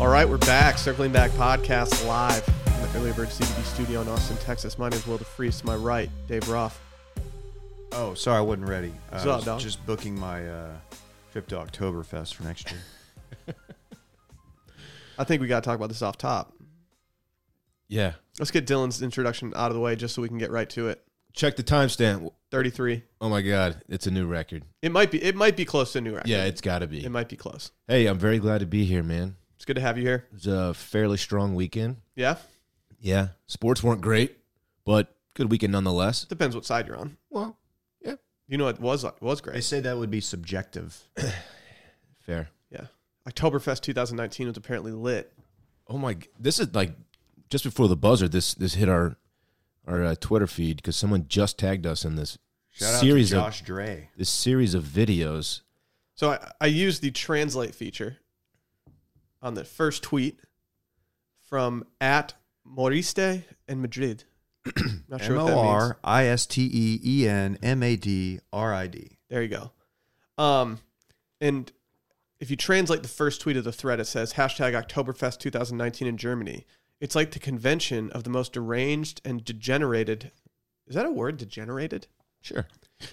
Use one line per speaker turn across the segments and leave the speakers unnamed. right, we're back. Circling Back Podcast live in the Early Bird CBD studio in Austin, Texas. My name is Will DeFreeze. To my right, Dave Roth.
Oh, sorry, I wasn't ready. I
What's
was
up, dog?
just booking my uh, trip to Oktoberfest for next year.
I think we got to talk about this off top.
Yeah.
Let's get Dylan's introduction out of the way just so we can get right to it.
Check the timestamp.
33.
Oh my God, it's a new record.
It might be it might be close to a new record.
Yeah, it's got to be.
It might be close.
Hey, I'm very glad to be here, man.
It's good to have you here.
It was a fairly strong weekend.
Yeah.
Yeah, sports weren't great, but good weekend nonetheless.
Depends what side you're on.
Well,
You know it was was
They
great.
say that would be subjective.
fair.
Oktoberfest 2019 was apparently lit.
Oh my, g- this is like just before the buzzer. This this hit our our uh, Twitter feed because someone just tagged us in this
Shout out
series
to
of
Josh Dre.
this series of videos.
So I, I used the translate feature on the first tweet from at Moriste in Madrid. Not sure
M
what
O
that means.
R I S T E E N M A D R I D.
There you go. Um, and if you translate the first tweet of the thread, it says hashtag Oktoberfest 2019 in Germany. It's like the convention of the most deranged and degenerated. Is that a word? Degenerated?
Sure.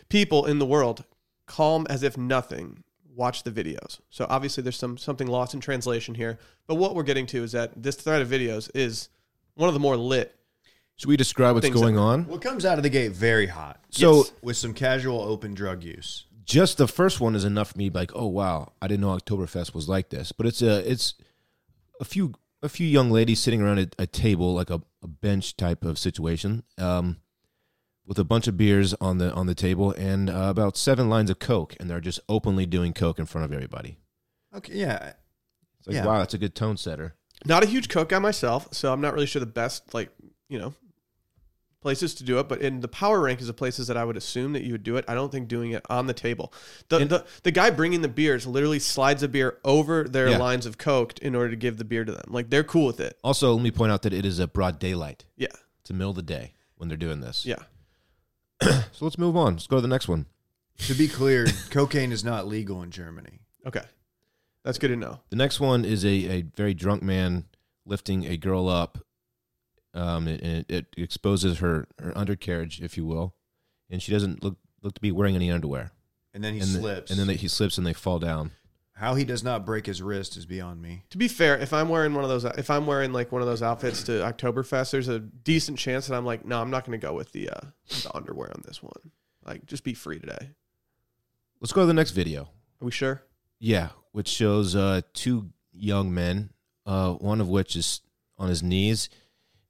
people in the world calm as if nothing watch the videos so obviously there's some something lost in translation here but what we're getting to is that this thread of videos is one of the more lit
Should we describe what's
Things that-
going on?
Well, it comes out of the gate very hot.
So-
with some casual open drug use.
just the first one is enough for me. to be Like, oh wow, I didn't know Oktoberfest was like this. But it's a it's a few a few young ladies sitting around a, a table, like a, a bench type of situation, um, with a bunch of beers on the on the table and uh, about seven lines of Coke, and they're just openly doing Coke in front of everybody.
Okay, yeah.
It's like,
Yeah.
wow, that's a good tone setter.
not a huge coke guy myself so i'm not really sure the best like you know places to do it but in the power rank is the places that i would assume that you would do it i don't think doing it on the table the
And-
the, the guy bringing the beers literally slides a beer over their
Yeah.
lines of coke in order to give the beer to them like they're cool with it
Also, let me point out that it is a broad daylight.
yeah
It's the middle of the day when they're doing this.
yeah
So let's move on. Let's go to the next one.
To be clear, cocaine is not legal in Germany.
okay that's good to know
The next one is a, a very drunk man lifting a girl up. Um, and and it, it exposes her, her undercarriage, if you will, and she doesn't look look to be wearing any underwear.
And then he
and the-
slips.
and then they, he slips and they fall down.
how he does not break his wrist is beyond me.
To be fair, if I'm wearing one of those, if I'm wearing like one of those outfits to Oktoberfest, there's a decent chance that I'm like, no, I'm not going to go with the uh, the underwear on this one. Like, just be free today.
Let's go to the next video.
Are we sure?
Yeah, which shows uh, two young men, uh, one of which is on his knees,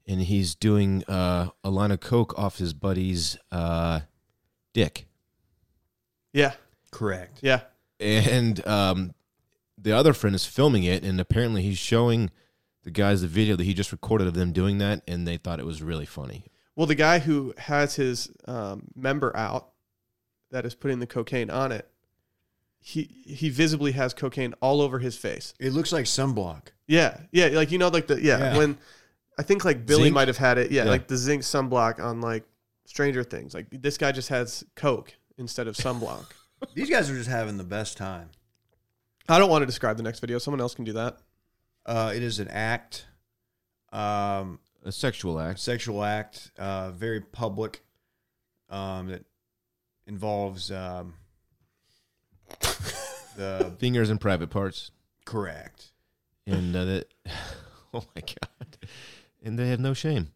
and he's doing uh, a line of coke off his buddy's uh, dick.
Yeah,
Correct.
yeah.
and um, the other friend is filming it, and apparently he's showing the guys the video that he just recorded of them doing that, and they thought it was really funny.
Well, the guy who has his um, member out, that is putting the cocaine on it, he he visibly has cocaine all over his face.
It looks like sunblock.
Yeah, yeah. Like you know, like the yeah.
Yeah.
When I think like Billy
Zinc?
might have had it. Yeah,
Yeah.
like the zinc sunblock on like Stranger Things. Like this guy just has coke instead of sunblock.
These guys are just having the best time.
I don't want to describe the next video. Someone else can do that.
Uh, it is an act, um,
A sexual
a
act.
sexual act, uh, very public, um, that involves um, the
Fingers in private parts,
correct.
and uh, that. Oh my god! And they have no shame.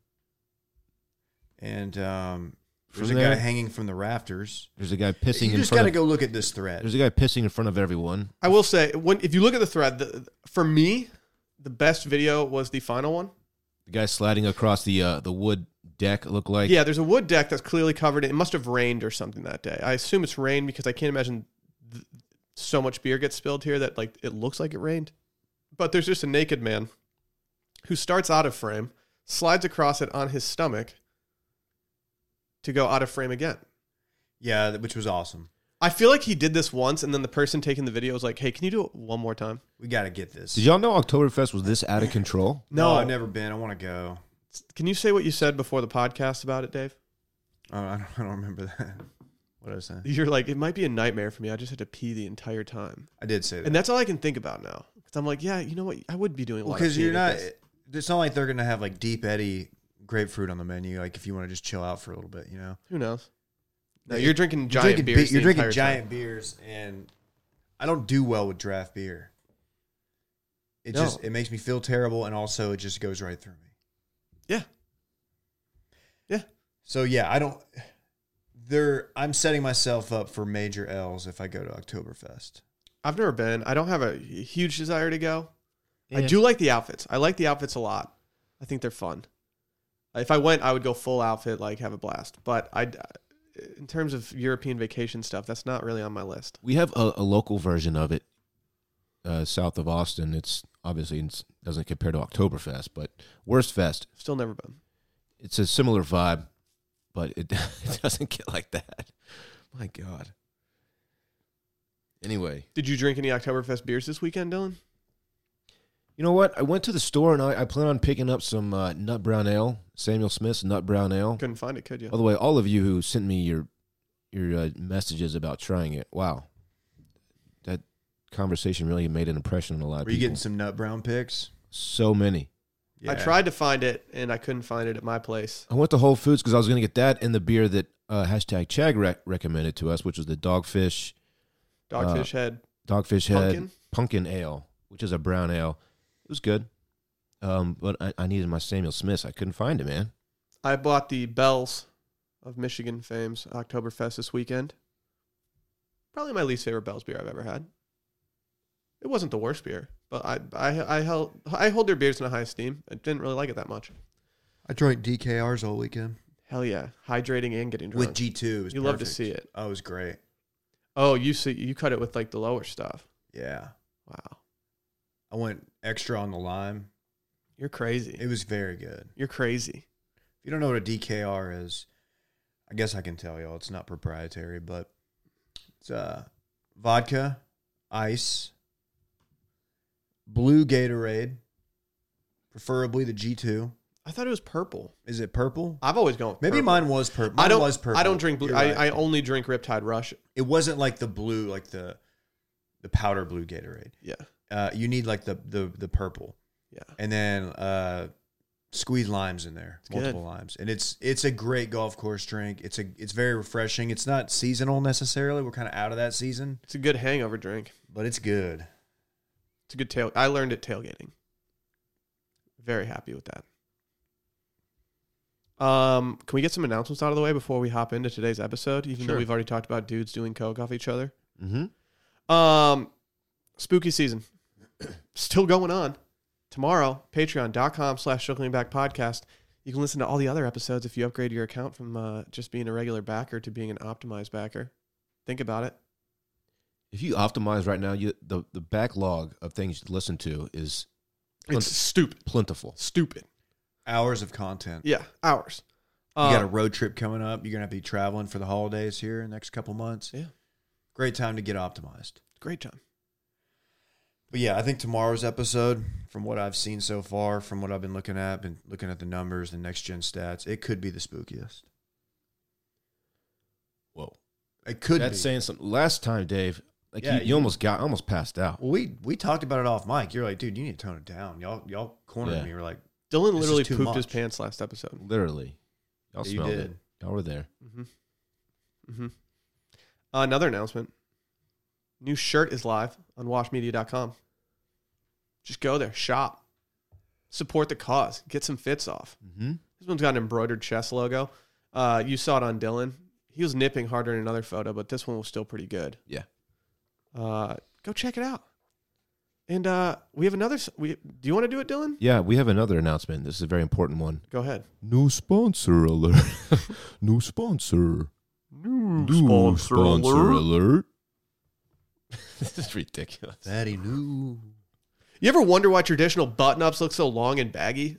And um,
From
there's a
there-
guy hanging from the rafters.
There's a guy pissing
You
in
just got
front.
to go
Of,
look at this
There's
thread.
a guy pissing in front of everyone.
I will say, when if you look at the thread, the, for me, the best video was the final one.
The guy sliding across the uh, the wood deck. Look like
Yeah, there's a wood deck that's clearly covered. in- It must have rained or something that day. I assume it's rained because I can't imagine th- so much beer gets spilled here that like it looks like it rained. But there's just a naked man who starts out of frame, slides across it on his stomach to go out of frame again.
Yeah, that- which was awesome.
I feel like he did this once, and then the person taking the video was like, "Hey, can you do it one more time?"
We got to get this.
Did y'all know Oktoberfest was this out of control?
no, I've never been. I want to go.
Can you say what you said before the podcast about it, Dave?
Oh, I don't, I don't remember that. What I was saying.
You're like, it might be a nightmare for me. I just had to pee the entire time.
I did say that.
And that's all I can think about now. I'm like, yeah, you know what? I would be doing a lot
because
of
you're
peeing at
not.
this.
It's not like they're gonna have like deep eddy grapefruit on the menu. Like if you want to just chill out for a little bit, you know.
Who knows? No,
You're
you're drinking
You're
giant
drinking, be-
beers.
you're
the
drinking
entire time.
giant beers, and I don't do well with draft beer. It
No.
just it makes me feel terrible, and also it just goes right through me.
Yeah. Yeah.
So yeah, I don't. There, I'm setting myself up for major L's if I go to Oktoberfest.
I've never been. I don't have a huge desire to go. I do like the outfits. I like the outfits a lot. I think they're fun. If I went, I would go full outfit, like have a blast. But I, in terms of European vacation stuff, that's not really on my list.
We have a, a local version of it uh, south of Austin. It's obviously it doesn't compare to Oktoberfest, but Worst Fest.
Still never been.
It's a similar vibe, but it, it doesn't get like that. My God. Anyway,
Did you drink any Oktoberfest beers this weekend, Dylan?
you know what? I went to the store and I, I plan on picking up some uh, Nut Brown Ale, Samuel Smith's Nut Brown Ale.
Couldn't find it, could you?
By the way, all of you who sent me your your uh, messages about trying it, wow, that conversation really made an impression on a lot of
Were you
people.
getting some nut brown picks?
so many.
I tried to find it and I couldn't find it at my place.
I went to Whole Foods because I was going to get that and the beer that uh, hashtag Chag rec- recommended to us, which was the Dogfish
Uh,
Dogfish Head.
Dogfish Head
Pumpkin?
Pumpkin Ale, which is a brown ale. It was good, um, but I, I needed my Samuel Smith's. I couldn't find it, man.
I bought the Bells of Michigan fame's Oktoberfest this weekend. Probably my least favorite Bells beer I've ever had. It wasn't the worst beer, but I I I held I hold their beers in a high esteem. I didn't really like it that much.
I drank DKRs all weekend
Hell yeah, hydrating and getting drunk.
with G two.
you love to see it.
Oh, it was great.
Oh, you see, you cut it with like the lower stuff.
Yeah,
Wow,
I went extra on the lime.
you're crazy.
It was very good.
you're crazy.
If you don't know what a DKR is, I guess I can tell y'all it's not proprietary, but it's uh, vodka, ice, blue Gatorade, preferably the G2.
I thought it was purple.
Is it purple?
I've always gone. With
Maybe
purple.
mine was purple. Mine
I don't.
was purple.
I don't drink blue.
You're right.
I, I only drink Riptide Rush.
it wasn't like the blue, like the the powder blue Gatorade.
Yeah,
Uh, you need like the the the purple,
yeah.
and then uh, squeeze limes in there,
good.
multiple limes, and it's it's a great golf course drink. It's a it's very refreshing. It's not seasonal necessarily. We're kind of out of that season,
It's a good hangover drink.
but it's good.
It's a good tail. I learned it tailgating. Very happy with that. Um, can we get some announcements out of the way before we hop into today's episode? Even though
Sure.
we've already talked about dudes doing coke off each other.
Mm-hmm.
Um, spooky season still going on. Tomorrow, patreon.com slash circling back podcast. You can listen to all the other episodes if you upgrade your account from uh, just being a regular backer to being an optimized backer. Think about it.
If you optimize right now, you the the backlog of things to listen to is
It's stupid.
plentiful.
Stupid.
Hours of content.
Yeah, hours.
You got a
Um,
road trip coming up. You're gonna have to be traveling for the holidays here in the next couple months.
Yeah.
Great time to get optimized.
great time.
But yeah, I think tomorrow's episode, from what I've seen so far, from what I've been looking at, been looking at the numbers, the next gen stats, it could be the spookiest.
Whoa,
It could
that's
be.
saying something. Last time, Dave, like
Yeah,
you, you,
you-
almost got, almost passed out.
well, we we talked about it off mic. You're like, dude, you need to tone it down. Y'all y'all cornered
Yeah.
me. We're like,
Dylan
This is
literally
too
pooped his
much.
pants last episode.
Literally, y'all
Yeah, you
smelled
did.
it. Y'all were there.
hmm hmm Uh, another announcement. New shirt is live on washmedia.com. Just go there, shop, support the cause, get some fits off.
Mm-hmm.
This one's got an embroidered chest logo. Uh, you saw it on Dylan. He was nipping harder in another photo, but this one was still pretty good.
Yeah.
Uh, go check it out. And uh, we have another. s- We do you want to do it, Dylan?
Yeah, we have another announcement. This is a very important one.
Go ahead.
New sponsor alert. New sponsor.
New
alert. this is ridiculous.
Daddy knew.
You ever wonder why traditional button ups look so long and baggy?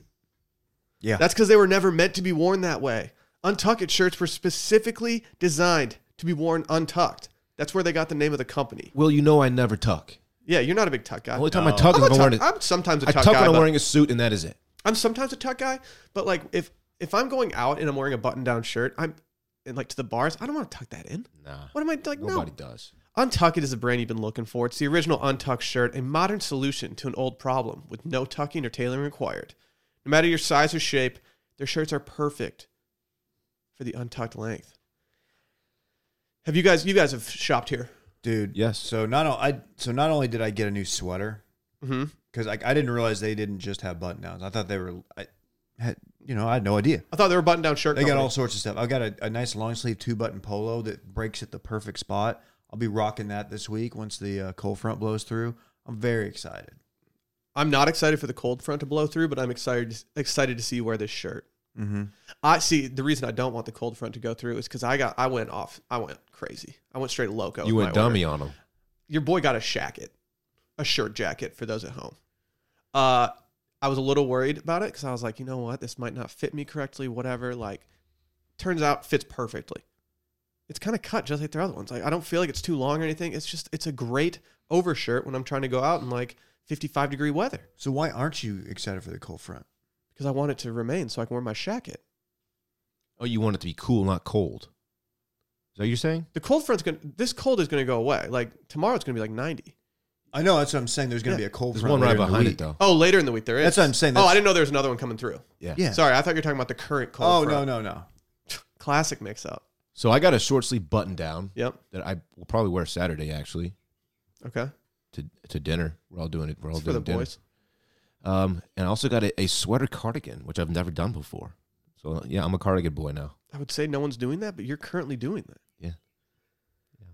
Yeah.
That's because they were never meant to be worn that way. Untucked shirts were specifically designed to be worn untucked. That's where they got the name of the company.
Well, you know I never tuck.
Yeah, you're not a big tuck guy.
Only time I
No.
tuck
I'm,
is
a
if I'm wearing
tuck-
a,
I'm sometimes a
I
tuck
tuck
guy.
when I'm
but-
wearing a suit and that is it.
I'm sometimes a tuck guy, but like if if I'm going out and I'm wearing a button down shirt, I'm and like to the bars, I don't want to tuck that in.
Nah.
What am I like?
Nobody
No,
does.
Untuck It is the brand you've been looking for. It's the original Untuck shirt, a modern solution to an old problem with no tucking or tailoring required. No matter your size or shape, their shirts are perfect for the untucked length. Have you guys? You guys have shopped here.
dude.
Yes.
So not o- I so not only did I get a new sweater
Mm-hmm.
because I, I didn't realize they didn't just have button downs. I thought they were. I had you know I had no idea.
I thought they were button-down shirt.
They got
company.
all sorts of stuff. I've got a, a nice long sleeve two button polo that breaks at the perfect spot. I'll be rocking that this week once the uh, cold front blows through. I'm very excited.
I'm not excited for the cold front to blow through, but I'm excited excited to see you wear this shirt.
Mm-hmm.
I see. The reason I don't want the cold front to go through is because I got I went off. I went crazy. I went straight loco.
You
with
went
my order.
dummy on them.
Your boy got a shacket, a shirt jacket for those at home. Uh, I was a little worried about it because I was like, you know what, this might not fit me correctly. Whatever. Like, turns out fits perfectly. It's kind of cut just like their other ones. Like, I don't feel like it's too long or anything. It's just it's a great overshirt when I'm trying to go out in like 55 degree weather.
So why aren't you excited for the cold front?
because I want it to remain so I can wear my shacket.
Oh, you want it to be cool, not cold. Is that what you're saying?
The cold front's gonna. This cold is gonna go away. Like tomorrow, it's gonna be like ninety.
I know that's what I'm saying. There's going to
Yeah.
be a cold
There's
front.
one right
later in the
behind
week.
it though.
Oh, later in the week there is.
That's what I'm saying.
oh,
That's-
I didn't know there was another one coming through.
Yeah.
Yeah.
Sorry, I thought you were talking about the current
Oh
cold.
no no no.
no, classic mix up.
So I got a short sleeve button down
Yep.
that I will probably wear Saturday actually
Okay.
to to dinner. We're all doing it. We're all
It's for
doing
the
dinner.
boys.
Um, and I also got a, a sweater cardigan, which I've never done before. So yeah, I'm a cardigan boy now.
I would say no one's doing that, but you're currently doing that.
Yeah. Yeah.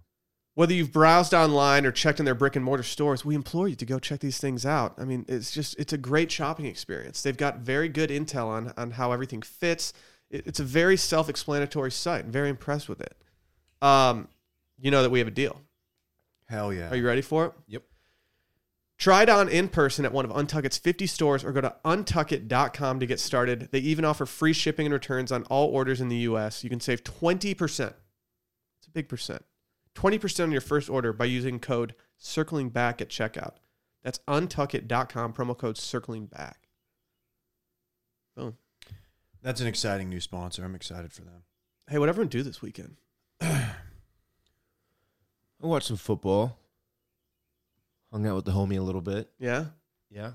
Whether you've browsed online or checked in their brick and mortar stores, we implore you to go check these things out. I mean, it's just it's a great shopping experience. They've got very good intel on on how everything fits. It- It's a very self-explanatory site. Very impressed with it. Um, you know that we have a deal.
Hell yeah.
Are you ready for it?
Yep.
Try it on in person at one of Untuckit's 50 stores or go to untuckit.com to get started. They even offer free shipping and returns on all orders in the US. You can save 20%. It's a big percent. 20% on your first order by using code circling back at checkout. That's untuckit.com, promo code circling back. Boom.
That's an exciting new sponsor. I'm excited for them.
Hey, what everyone do this weekend?
I watched some football. Hung out with the homie a little bit.
Yeah?
Yeah.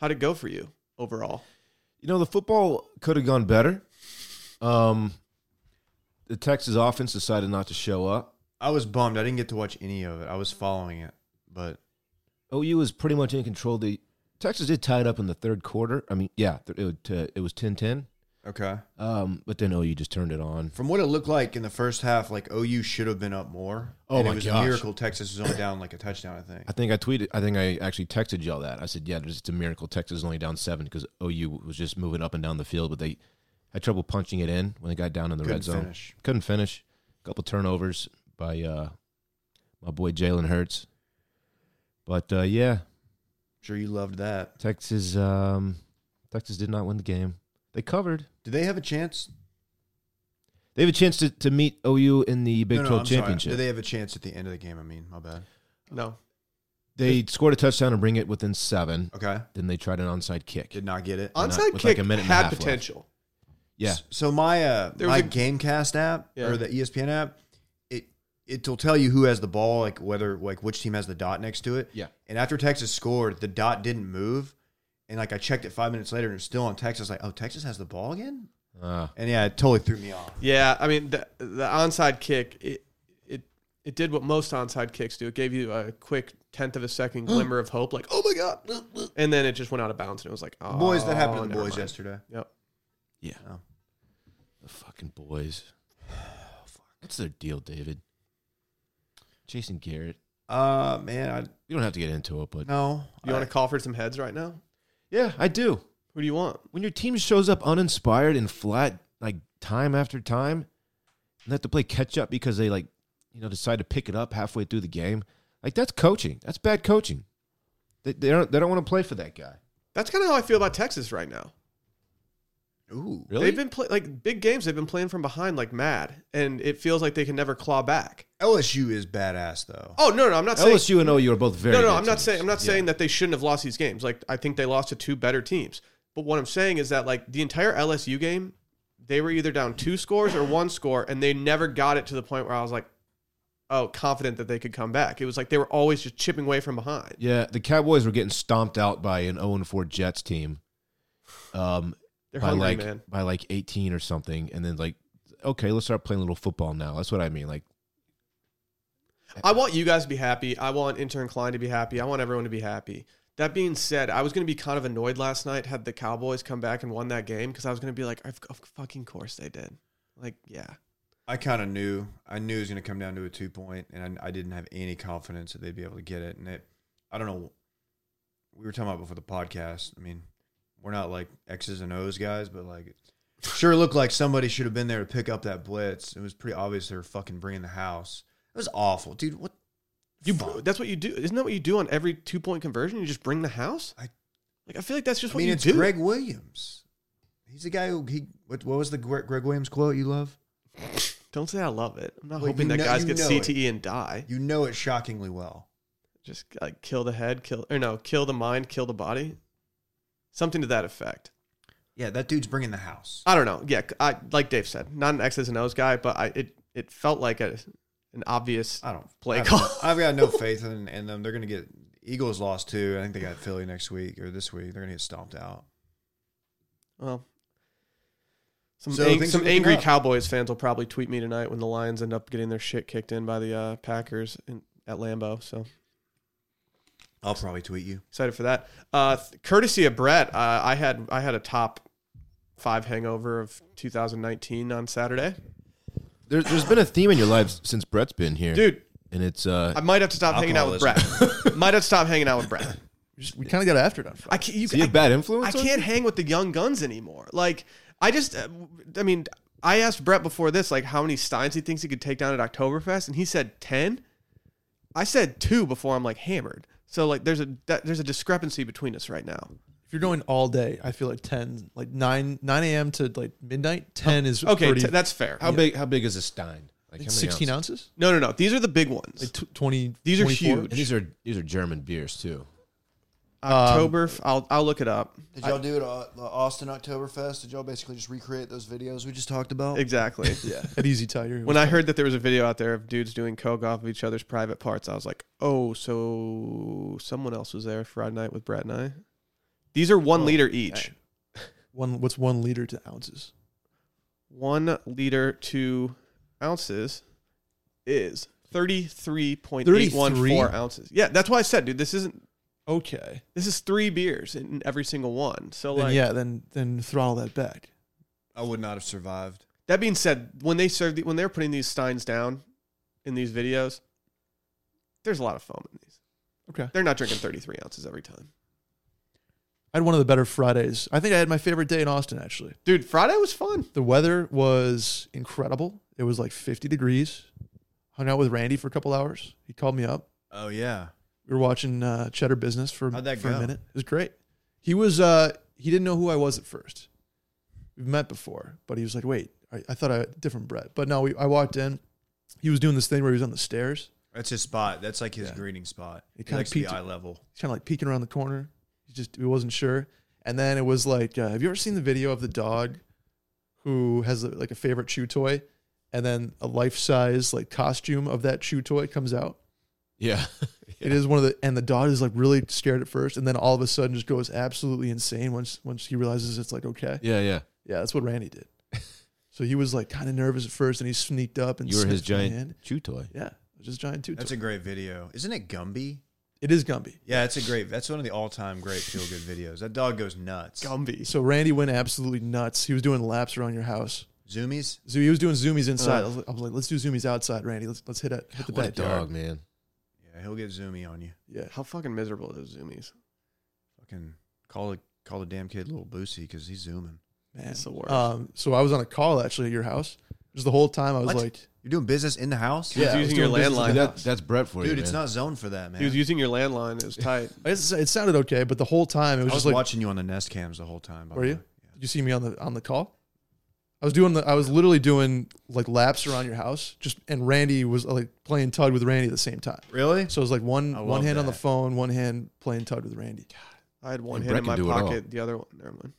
How'd it go for you overall?
You know, the football could have gone better. Um, the Texas offense decided not to show up.
I was bummed. I didn't get to watch any of it. I was following it, but
OU was pretty much in control. The Texas did tie it up in the third quarter. I mean, yeah, th- it, would, uh, it was 10-10.
okay.
Um, but then OU just turned it on.
From what it looked like in the first half, like OU should have been up more.
Oh
and
my
It was
gosh.
a miracle Texas was only down like a touchdown. I think.
I think I tweeted. I think I actually texted y'all that. I said, "Yeah, it's a miracle. Texas is only down seven because OU was just moving up and down the field, but they had trouble punching it in when they got down in the
Couldn't
red zone.
finish.
Couldn't finish. A couple turnovers by uh, my boy Jalen Hurts. But uh, yeah,
Sure, you loved that.
Texas. Um, Texas did not win the game. They covered.
Do they have a chance?
They have a chance to, to meet OU in the Big
No, no,
Twelve
I'm sorry.
championship.
Do they have a chance at the end of the game? I mean, my bad.
No.
they scored a touchdown and bring it within seven.
Okay,
Then they tried an onside kick.
did not get it.
not-
Onside
with like
kick
a minute and a
had
half left.
potential.
Yeah,
S- So my uh,
There was
my
a-
GameCast app
Yeah.
or the E ESPN app, it it'll tell you who has the ball, like whether like which team has the dot next to it.
Yeah.
And after Texas scored, the dot didn't move, and like I checked it five minutes later, and it's still on Texas. Like, oh, Texas has the ball again.
uh,
And yeah, it totally threw me off.
Yeah, I mean the the onside kick it it it did what most onside kicks do. It gave you a quick tenth of a
Mm.
second glimmer of hope, like oh my god, and then it just went out of bounds, and it was like oh,
Boys, that happened to Mm, the
never
boys
mind.
yesterday.
Yep.
Yeah.
Oh.
The fucking boys. What's their deal, David? Jason Garrett.
Uh, man,
We don't have to get into it,
I
but
no.
You want
I-
to call for some heads right now?
yeah, I do.
Who do you want?
When your team shows up uninspired and flat, like time after time, and they have to play catch up because they like, you know, decide to pick it up halfway through the game, like that's coaching. That's bad coaching. They, they don't they don't want to play for that guy.
That's kind of how I feel about Texas right now.
Ooh.
They've been play- like big games. They've been playing from behind like mad, and it feels like they can never claw back.
LSU is badass though.
Oh no, no, I'm not saying
LSU and OU are both very.
no, no.
good
I'm not
teams.
saying I'm not
Yeah.
saying that they shouldn't have lost these games. Like I think they lost to two better teams. But what I'm saying is that like the entire LSU game, they were either down two scores or one score, and they never got it to the point where I was like, oh confident that they could come back. It was like they were always just chipping away from behind.
Yeah, the Cowboys were getting stomped out by an 0 4 Jets team. Um,
They're
by
hungry,
like
man.
by like 18 or something, and then like, okay, let's start playing a little football now. That's what I mean. Like,
I want you guys to be happy. I want intern Klein to be happy. I want everyone to be happy. That being said, I was going to be kind of annoyed last night had the Cowboys come back and won that game because I was going to be like, of, of fucking course they did. Like, yeah.
I kind of knew. I knew it was going to come down to a two point, and I, I didn't have any confidence that they'd be able to get it. And it, I don't know. We were talking about before the podcast. I mean, we're not like X's and O's guys, but like, it sure looked like somebody should have been there to pick up that blitz. It was pretty obvious they were fucking bringing the house. It was awful, dude. What?
You,
fuck?
that's what you do. Isn't that what you do on every two point conversion? You just bring the house.
I-
like. I feel like that's just
I
what
mean,
you
it's
do.
Greg Williams. He's the guy who he. What, what was the Greg, Greg Williams quote you love?
Don't say I love it. I'm not
Well,
hoping that
you know-
guys
you
get
know
CTE and die.
You know it shockingly well.
Just like kill the head, kill or no, kill the mind, kill the body, something to that effect.
Yeah, that dude's bringing the house.
I don't know. Yeah, I like Dave said, not an X's and O's guy, but I it it felt like a an obvious.
I don't
Play
I've,
call.
I've got no faith in, in them. They're going to get Eagles lost too. I think they got Philly next week or this week. They're going to get stomped out.
Well, some
So
ang-
things are
some
looking
angry
up.
Cowboys fans will probably tweet me tonight when the Lions end up getting their shit kicked in by the uh, Packers in, at Lambeau. So
I'll probably tweet you.
excited for that. Uh, th- courtesy of Brett, uh, I had I had a top five hangover of 2019 on Saturday.
there, there's been a theme in your lives since Brett's been here,
Dude,
and it's uh,
I might have to stop hanging out with Brett. might have to stop hanging out with Brett.
Just, we kind of got after it on Friday.
I can't. You,
is he a
I-
bad influence?
I
on you?
can't hang with the young guns anymore. Like I just, uh, I mean, I asked Brett before this, like how many steins he thinks he could take down at Oktoberfest, and he said ten. I said two before I'm like hammered. So like there's a that, there's a discrepancy between us right now.
If you're going all day, I feel like ten, like nine, nine a.m. to like midnight. Oh, Ten is
Okay,
pretty-
t- that's fair.
How big? How big is a Stein? Like how
it's
many
sixteen
ounces?
ounces.
no, no, no. These are the big ones.
Like tw- twenty.
These are
24.
huge.
And these are these are German beers too.
Um,
October. I'll I'll look it up
Did y'all do it at the Austin Oktoberfest? Did y'all basically just recreate those videos we just talked about?
exactly.
Oh. Yeah, at Easy Tiger.
When I heard that there was a video out there of dudes doing coke off of each other's private parts, I was like, "Oh, so someone else was there Friday night with Brett and I." These are one
Oh,
liter each.
one, what's one liter to ounces?
one liter to ounces is
33?
33.814 ounces. Yeah, that's why I said, dude, this isn't
Okay.
this is three beers in every single one. So
Then
like
yeah, then then throttle that back.
I would not have survived.
that being said, when they serve the, when they're putting these steins down in these videos, there's a lot of foam in these.
Okay.
They're not drinking 33 ounces every time.
I had one of the better Fridays. I think I had my favorite day in Austin actually.
Dude, Friday was fun.
The weather was incredible. It was like 50 degrees. Hung out with Randy for a couple hours. He called me up.
Oh yeah,
We were watching uh, Cheddar Business for,
How'd that
for
go?
a minute. It was great. He was uh, he didn't know who I was at first. We've met before, but he was like, "Wait, I, I thought I different Brett." But no, we, I walked in. He was doing this thing where he was on the stairs.
that's his spot. That's like his
Yeah.
greeting spot.
It
It
kinda
kind of be
peaked-
eye level.
He's kind of like peeking around the corner. He just he wasn't sure. And then it was like, uh, have you ever seen the video of the dog who has like a favorite chew toy, and then a life size like costume of that chew toy comes out?
Yeah,
It is one of the and the dog is like really scared at first, and then all of a sudden just goes absolutely insane once once he realizes it's like okay,
yeah, yeah.
yeah, that's what Randy did. so he was like kind of nervous at first, and he sneaked up and
You were his
sniffed my
giant
hand.
chew toy.
Yeah, it was just giant chew
That's
toy.
a great video, isn't it? Gumby.
it is Gumby.
Yeah, that's a great. That's one of the all time great feel good videos. That dog goes nuts.
Gumby.
So Randy went absolutely nuts. He was doing laps around your house.
Zoomies.
So he was doing zoomies inside.
Uh.
I, was, I was like, let's do zoomies outside, Randy. Let's let's hit it. Hit the
What a
backyard.
dog, man.
Yeah, he'll get zoomy on you.
Yeah.
How fucking miserable are those zoomies.
Fucking call the call the damn kid little Boosie because he's zooming.
Man.
It's the worst.
Um, so I was on a call actually at your house. Just the whole time I was
What?
like,
You're doing business in the house,
yeah, I was
using your
doing business in
landline.
the
That,
house.
that's Brett for you,
Oh, dude. It's
man.
not zoned for that, man.
He was using your landline. It was tight.
I guess it sounded okay, but the whole time it
I
was,
was
just like,
watching you on the Nest cams the whole time. by
Were
the
you?
way.
did you see me on the on the call. I was doing the I was literally doing like laps around your house. Just and Randy was like playing tug with Randy at the same time.
Really?
So it was like one
I
one
love
hand on the
that.
phone, one hand playing tug with Randy.
I had one
And
hand in my
Brett can do it all.
pocket, the other one. Never mind.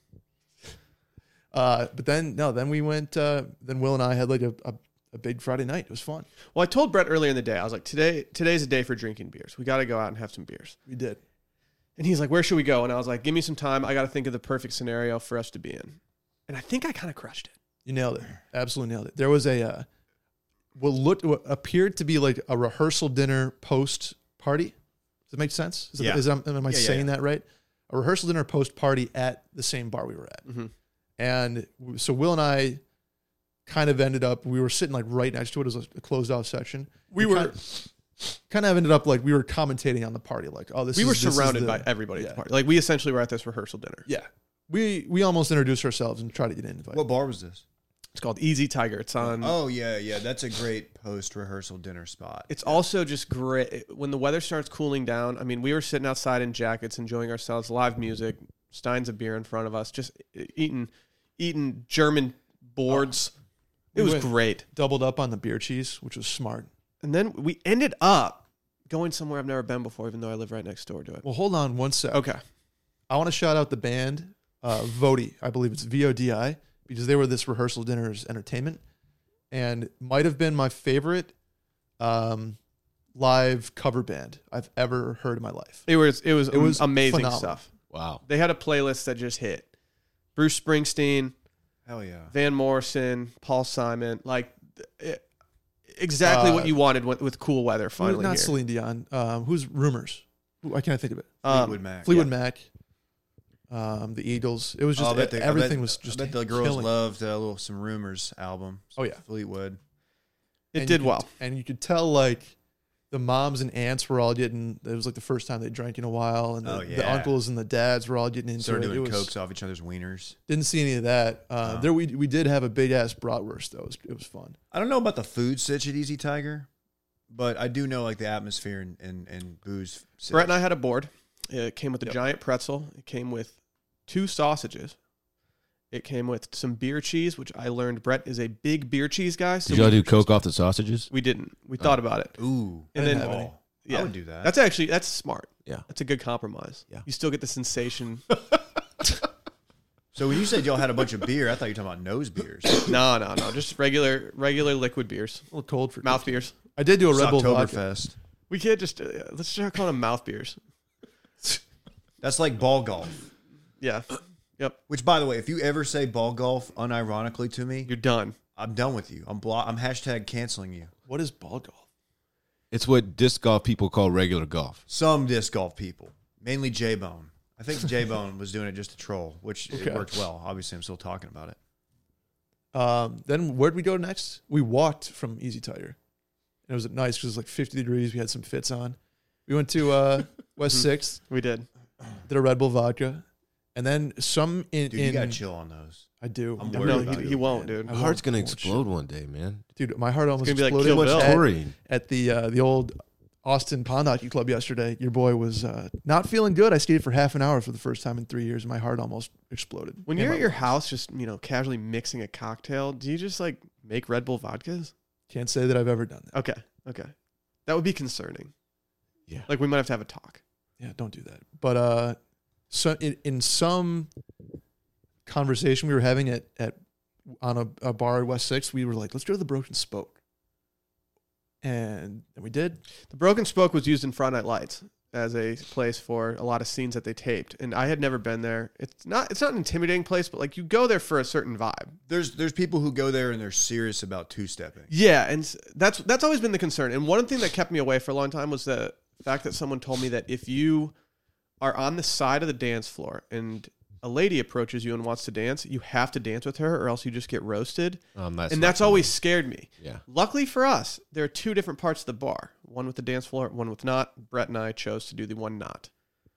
Uh, but then no, then we went. Uh, then Will and I had like a, a, a big Friday night. It was fun.
Well, I told Brett earlier in the day, I was like, today today's a day for drinking beers. We got to go out and have some beers.
We did.
And he's like, where should we go? And I was like, give me some time. I got to think of the perfect scenario for us to be in. And I think I kind of crushed it.
You nailed it. Absolutely nailed it. There was a uh, what looked what appeared to be like a rehearsal dinner post party. Does it make sense? Is it-
Yeah.
is- am, am I
yeah,
saying that right? A rehearsal dinner post party at the same bar we were at,
Mhm.
and w- so Will and I kind of ended up. We were sitting like right next to it. It was a closed off section.
We were-
kind, kind of ended up like we were commentating on the party. Like, oh, this
we
is-
were
this is
surrounded
the-
by everybody at
yeah.
the party. Like we essentially were at this rehearsal dinner.
Yeah, we we almost introduced ourselves and tried to get an invite.
What bar was this?
It's called Easy Tiger. It's on.
Oh yeah, yeah. That's a great post rehearsal dinner spot.
It's also just great when the weather starts cooling down. I mean, we were sitting outside in jackets, enjoying ourselves, live music, steins of beer in front of us, just e, eating, eating German boards.
Oh, we
it was
went-
great.
doubled up on the beer cheese, which was smart.
And then we ended up going somewhere I've never been before, even though I live right next door to it.
Well, hold on one sec.
Okay.
I want to shout out the band uh, Vodi. I believe it's V O D I because they were this rehearsal dinner's entertainment, and might have been my favorite um, live cover band I've ever heard in my life.
It was it was
It was
amazing
phenomenal.
stuff.
Wow.
They had a playlist that just hit. Bruce Springsteen,
Hell yeah.
Van Morrison, Paul Simon, like it, exactly what
Uh,
you wanted with, with cool weather finally.
not
here.
Celine Dion. Um, who's Rumors? Who- Why can't I think of it?
Um,
Fleetwood Mac.
Fleetwood Mac, um, the Eagles. It was
Oh,
just
I bet the- I bet-
everything was just.
I bet the girls
killing.
loved uh, little some rumors album.
Oh, yeah.
Fleetwood.
It
And you
did
could-
well.
and you could tell like the moms and aunts were all getting. It was like the first time they drank in a while, and the,
Oh,
the
yeah.
uncles and the dads were all getting into
Started
it.
doing
it was,
cokes off each other's wieners.
Didn't see any of that. Uh,
Oh.
There we we did have a big ass bratwurst though. It was, it was fun.
I don't know about the food sitch at Easy Tiger, but I do know like the atmosphere and and, and booze. sitch.
Brett and I had a board. It came with a giant pretzel. It came with two sausages. It came with some beer cheese, which I learned Brett is a big beer cheese guy. So
Did
we,
y'all do coke off the sausages?
we didn't.
Oh.
We thought about it.
Ooh.
And then
have any.
Oh,
yeah.
I would do that.
That's actually that's smart.
Yeah.
That's a good compromise.
Yeah.
You still get the sensation.
so when you said y'all had a bunch of beer, I thought you were talking about nose beers.
no, no, no. Just regular regular liquid beers.
A little cold for
Mouth beers.
I did do a Red Bull vodka.
Oktoberfest.
We can't just uh, let's start calling them mouth beers.
That's like ball golf.
Yeah. Yep.
Which, by the way, if you ever say ball golf unironically to me,
You're done.
I'm done with you. I'm blo- I'm hashtag canceling you.
What is ball golf?
It's what disc golf people call regular golf.
Some disc golf people, mainly J Bone. I think J Bone was doing it just to troll, which
Okay.
it worked well. Obviously, I'm still talking about it.
Um, then where'd we go next? We walked from Easy Tiger, and it was nice because it was like 50 degrees. We had some fits on. We went to uh, West Sixth,
We did.
did a Red Bull vodka, and then some in.
Dude,
in
you gotta chill on those.
I do.
I'm
no,
worried
I really
about
he,
do.
you.
he won't, dude.
I
My heart's gonna
won't.
explode one day, man.
dude. My heart almost
gonna be like
exploded
Kill
when
Bill.
at,
Taurine.
at the uh, the old Austin Pond Hockey Club yesterday. Your boy was uh, not feeling good. I skated for half an hour for the first time in three years. and My heart almost exploded.
When
Yeah,
you're
my-
at your house, just you know, casually mixing a cocktail, do you just like make Red Bull vodkas?
can't say that I've ever done that.
Okay, okay, that would be concerning.
Yeah.
like we might have to have a talk.
Yeah, don't do that. But uh, so in, in some conversation we were having at at on a, a bar at West Sixth, we were like, let's go to the Broken Spoke, and and we did.
The Broken Spoke was used in Friday Night Lights as a place for a lot of scenes that they taped, and I had never been there. It's not it's not an intimidating place, but like you go there for a certain vibe.
There's there's people who go there and they're serious about two stepping.
Yeah, and s- that's that's always been the concern. And one thing that kept me away for a long time was the fact that someone told me that if you are on the side of the dance floor and a lady approaches you and wants to dance, you have to dance with her or else you just get roasted.
Um, that's
and
not
that's
for me.
always scared me.
Yeah.
Luckily for us, there are two different parts of the bar, one with the dance floor, one with not. Brett and I chose to do the one not.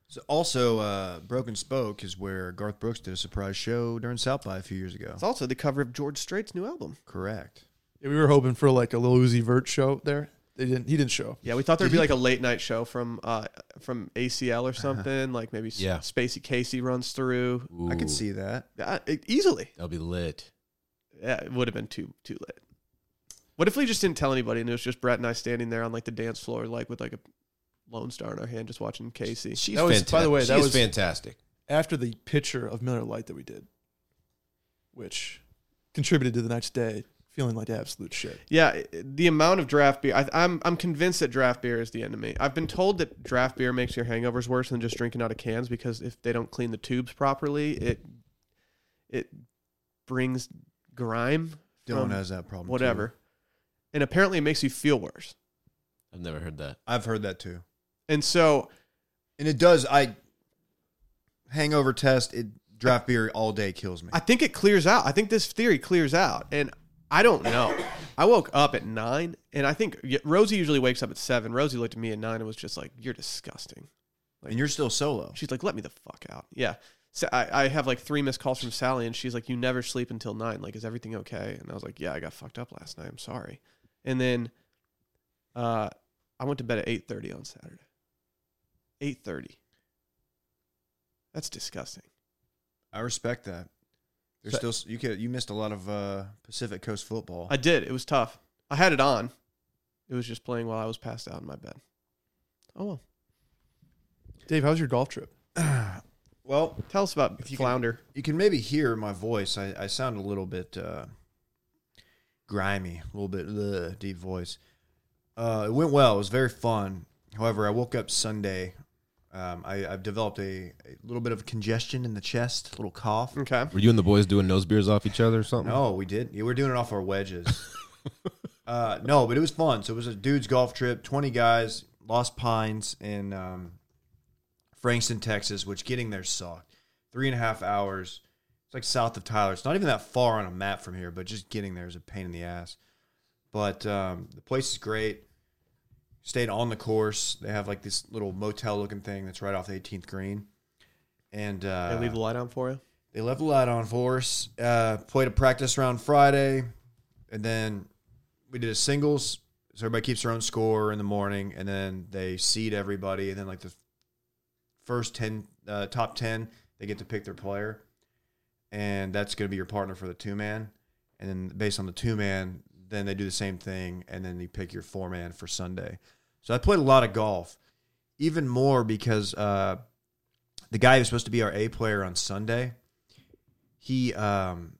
So also, uh, Broken Spoke is where Garth Brooks did a surprise show during South by a few years ago.
It's also the cover of George Strait's new album.
Correct.
Yeah, we were hoping for like a little Uzi Vert show there. They didn't. He didn't show.
Yeah, we thought there'd be like a late night show from uh, from ACL or something, like maybe S-
Uh-huh. Yeah.
Spacey Casey runs through.
I
Ooh,
could see that.
Yeah, e- easily.
That'll be lit.
Yeah, it would have been too too late. What if we just didn't tell anybody and it was just Brett and I standing there on like the dance floor, like with like a Lone Star in our hand, just watching Casey?
She's
That was-
fantastic.
by the way, that
She is
was-
fantastic.
after the picture of Miller Lite that we did, which contributed to the next day feeling like absolute shit.
Yeah, i- the amount of draft beer. I, I'm I'm convinced that draft beer is the enemy. I've been told that draft beer makes your hangovers worse than just drinking out of cans because if they don't clean the tubes properly, it it brings grime,
Dylan
Um,
has that problem. too.
whatever, and apparently it makes you feel worse.
I've never heard that.
I've heard that too,
And so
and it does. I hangover test. It draft beer all day kills me.
I think it clears out. I think this theory clears out, and I don't know. I woke up at nine, and I think yeah, Rosie usually wakes up at seven. Rosie looked at me at nine and was just like, "You're disgusting."
and you're still solo.
She's like, let me the fuck out. Yeah. So I, I have like three missed calls from Sally, and she's like, you never sleep until nine. Like, is everything okay? And I was like, yeah, I got fucked up last night. I'm sorry. And then uh, I went to bed at 8.30 on Saturday. 8.30. That's disgusting.
I respect that. There's
So-
still s- you could you missed a lot of uh, Pacific Coast football.
I did. It was tough. I had it on. It was just playing while I was passed out in my bed. Oh, well.
Dave, how's your golf trip?
well,
Tell us about
If you can-
Flounder.
you can maybe hear my voice. I, I sound a little bit uh, grimy, a little bit bleh, deep voice. Uh, it went well. It was very fun. However, I woke up Sunday. Um, I, I've developed a, a little bit of congestion in the chest, a little cough.
okay.
Were you and the boys doing nose beers off each other or something?
No, we did. Yeah, we were doing it off our wedges. uh, no, but it was fun. So it was a dude's golf trip. Twenty guys, Lost Pines in um, Frankston, Texas. Which getting there sucked. Three and a half hours. It's like south of Tyler. It's not even that far on a map from here, but just getting there is a pain in the ass. But um, the place is great. Stayed on the course. They have like this little motel looking thing that's right off the 18th green. And uh,
I leave the light on for you.
they left the light on for us. Uh, played a practice round Friday, and then we did a singles. So everybody keeps their own score in the morning, and then they seed everybody, and then like the first ten, uh, top ten, they get to pick their player, and that's going to be your partner for the two man. And then based on the two man, then they do the same thing, and then you pick your four man for Sunday. So I played a lot of golf, even more because uh, the guy who's supposed to be our A player on Sunday he um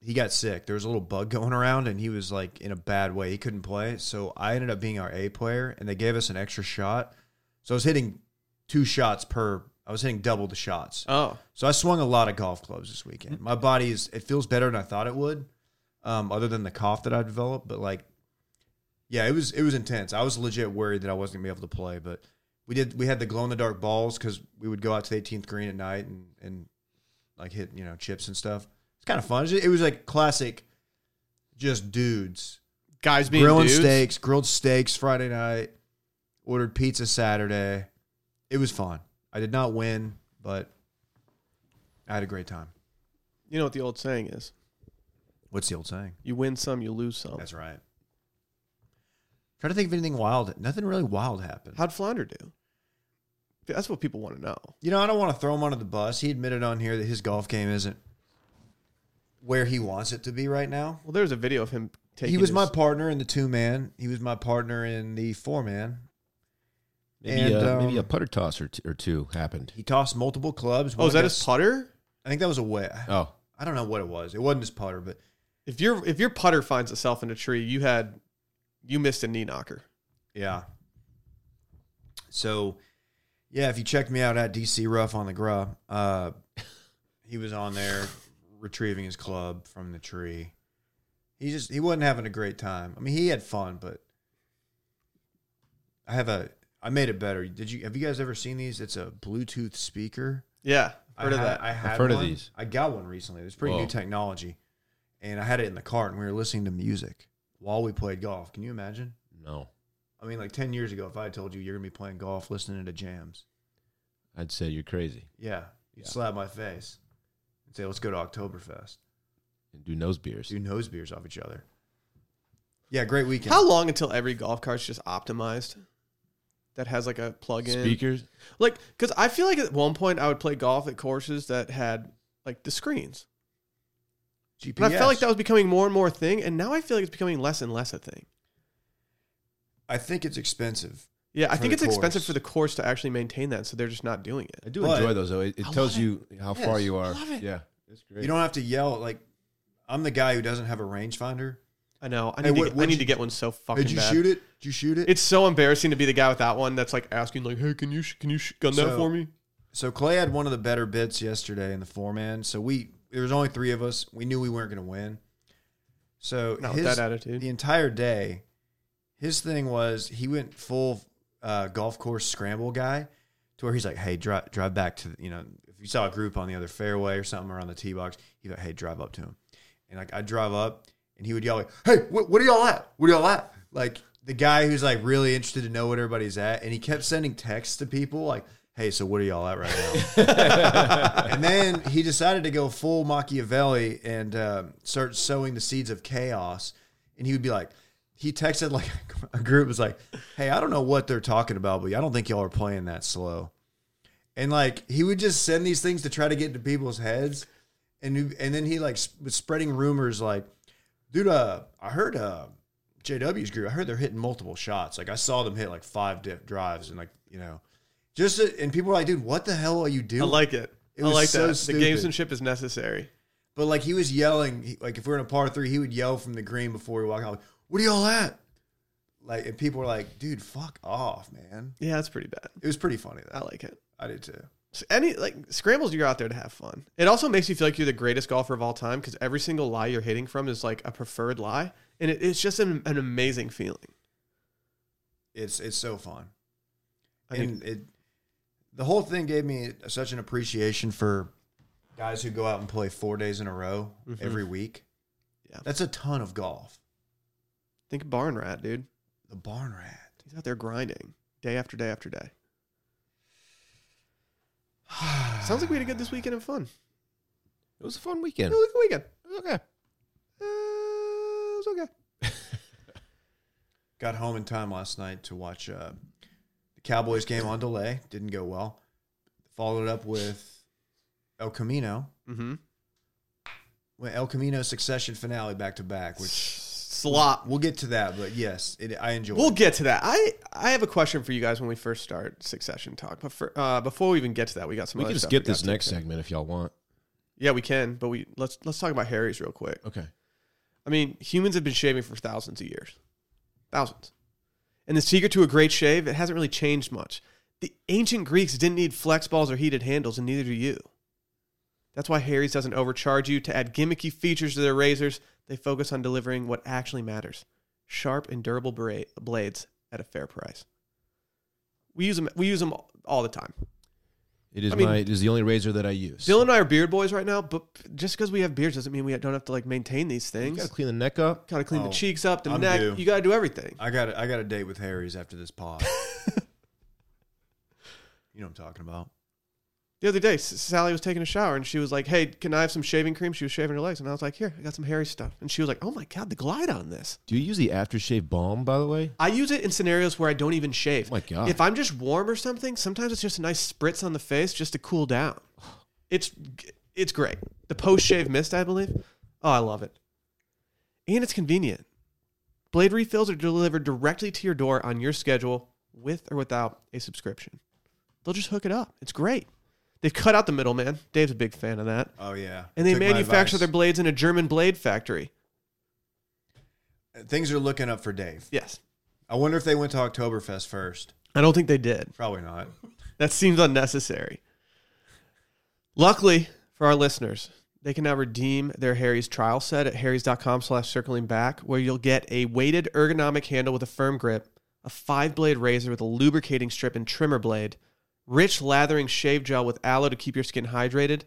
he got sick. There was a little bug going around, and he was like in a bad way. He couldn't play, so I ended up being our A player, and they gave us an extra shot. So I was hitting two shots per. I was hitting double the shots.
Oh.
So I swung a lot of golf clubs this weekend. My body is it feels better than I thought it would, um, other than the cough that I developed. But like, yeah, it was it was intense. I was legit worried that I wasn't gonna be able to play, but we did. We had the glow in the dark balls because we would go out to the 18th green at night and and like hit you know chips and stuff. It's kind of fun. It was, it was like classic, just dudes
Guys being
grilling
dudes.
steaks, grilled steaks Friday night, ordered pizza Saturday. It was fun. I did not win, but I had a great time.
You know what the old saying is.
What's the old saying?
You win some, you lose
Oh.
some.
That's right. Trying to think of anything wild. Nothing really wild happened.
How'd Flounder do? That's what people want to know.
You know, I don't want to throw him under the bus. He admitted on here that his golf game isn't where he wants it to be right now.
Well, there's a video of him taking.
he was my
his-
partner in the two man. He was my partner in the four man. And,
Maybe, uh, maybe
um,
a putter toss or, t- or two happened.
He tossed multiple clubs.
Oh,
One
is that
got
his
s-
putter?
I think that was a wet.
Oh,
I don't know what it was. It wasn't his putter, but
If your if your putter finds itself in a tree, you had you missed a knee knocker.
yeah. So, yeah, if you checked me out at DC Rough on the Grub, uh, he was on there retrieving his club from the tree. He just he wasn't having a great time. I mean, he had fun, but I have a I made it better. Did you have you guys ever seen these? It's a Bluetooth speaker.
Yeah, heard
I
of
had-
that.
I had
heard of
one.
these.
I got one recently. It's pretty
Whoa.
new technology, and I had it in the cart, and we were listening to music while we played golf. Can you imagine?
no.
I mean, like ten years ago, if I had told you you're gonna be playing golf, listening to jams,
I'd say you're crazy
yeah, you'd slap my face and say, "Let's go to Oktoberfest."
and do nose beers.
Do nose beers off each other. Yeah, great weekend.
How long until every golf cart's just optimized? That has like a plug-in
Speakers.
Like, because I feel like at one point I would play golf at courses that had like the screens,
GPS.
but I felt like that was becoming more and more a thing, and now I feel like it's becoming less and less a thing.
I think it's expensive.
Yeah, I
For
think
the
it's expensive
course.
for the course to actually maintain that, so they're just not doing it.
I do
But-
enjoy those though. It, it
I
tells
love it.
you how
Yes,
far you
I
are.
love it.
Yeah, it's great.
You don't have to yell. Like, I'm the guy who doesn't have a rangefinder.
I I know. I need,
Hey,
to,
what-
get, I
what'd
need
you-
to get one so fucking
Did you
bad.
shoot it? Did you shoot it?
It's so embarrassing to be the guy with that one that's like asking, like, "Hey, can you sh- can you sh- gun that
So-
for me?"
So Clay had one of the better bits yesterday in the four man. So we there was only three of us. We knew we weren't going to win. So
Not
his,
with that attitude.
the entire day, his thing was he went full uh, golf course scramble guy, to where he's like, "Hey, drive drive back to the, you know if you saw a group on the other fairway or something around the tee box, he's like, "Hey, drive up to him," and like I drive up and he would yell like, "Hey, what, what are y'all at? What are y'all at?" Like the guy who's like really interested to know what everybody's at, and he kept sending texts to people like. Hey, so what are y'all at right now? and then he decided to go full Machiavelli and um, start sowing the seeds of chaos. And he would be like, he texted like a group was like, "Hey, I don't know what they're talking about, but I don't think y'all are playing that slow." And like he would just send these things to try to get into people's heads, and he- and then he like sp- was spreading rumors like, "Dude, uh, I heard uh, JW's group. I heard they're hitting multiple shots. Like I saw them hit like five di- drives, and like you know." Just and people were like, dude, what the hell are you doing?
I like it.
It
I
was
like
so
that.
stupid.
The gamesmanship is necessary.
But like he was yelling, he- like if we were in a par three, he would yell from the green before we walk out. Like, what are y'all at? Like, and people were like, "Dude, fuck off, man."
Yeah, it's pretty bad.
It was pretty funny
I
though.
like it.
I did too.
So any like scrambles, you're out there to have fun. It also makes you feel like you're the greatest golfer of all time because every single lie you're hitting from is like a preferred lie, and it, it's just an, an amazing feeling.
It's it's so fun,
I mean,
and it the whole thing gave me such an appreciation for guys who go out and play four days in a row
Mhm.
every week.
Yeah.
that's a ton of golf.
think of Barn Rat, dude.
The barn rat.
He's out there grinding day after day after day. Sounds like we had a good this weekend and fun.
It was a fun weekend.
It was a good weekend.
Okay.
Uh, it was okay.
Got home in time last night to watch uh, the Cowboys game on delay. Didn't go well. Followed up with El Camino.
Mm-hmm.
Well, El Camino Succession finale back to back, which
Slop.
we'll get to that. But yes, it, I enjoyed.
We'll
it.
get to that. I, I have a question for you guys when we first start Succession Talk. But for, uh, before we even get to that, we got some.
We
other
can
stuff
skip
we got
this
to
next
take care of.
segment if y'all want.
Yeah, we can. But we let's let's talk about Harry's real quick.
Okay.
I mean, humans have been shaving for thousands of years. Thousands. And the secret to a great shave, it hasn't really changed much. The ancient Greeks didn't need flex balls or heated handles, and neither do you. That's why Harry's doesn't overcharge you to add gimmicky features to their razors. They focus on delivering what actually matters sharp and durable bra- blades at a fair price. We use them, we use 'em all the time.
It is
I mean-
my. It is the only razor that I use.
Dylan and I are beard boys right now, but just because we have beards doesn't mean we don't have to like maintain these
you
things.
gotta clean the neck up.
Gotta clean
Oh,
the cheeks up, the
I'm
neck.
due.
You gotta do everything.
I got. I got a date with Harry's after this pod. you know what I'm talking about.
The other day, S- Sally was taking a shower and she was like, "Hey, can I have some shaving cream?" She was shaving her legs, and I was like, "Here, I got some hairy stuff." And she was like, "Oh my god, the glide on this!
Do you use the aftershave balm? By the way,
I use it in scenarios where I don't even shave.
Oh my God.
If I'm just warm or something, sometimes it's just a nice spritz on the face just to cool down. It's it's great. The post shave mist, I believe. Oh, I love it, and it's convenient. Blade refills are delivered directly to your door on your schedule, with or without a subscription. They'll just hook it up. It's great. They've cut out the middleman. Dave's a big fan of that.
Oh yeah.
And they
Took my
manufacture their
advice.
blades in a German blade factory.
Things are looking up for Dave.
Yes.
I wonder if they went to Oktoberfest first.
I don't think they did.
Probably not.
That seems unnecessary. Luckily for our listeners, they can now redeem their Harry's trial set at harrys.com slash circling back, where you'll get a weighted ergonomic handle with a firm grip, a five blade razor with a lubricating strip and trimmer blade, rich lathering shave gel with aloe to keep your skin hydrated,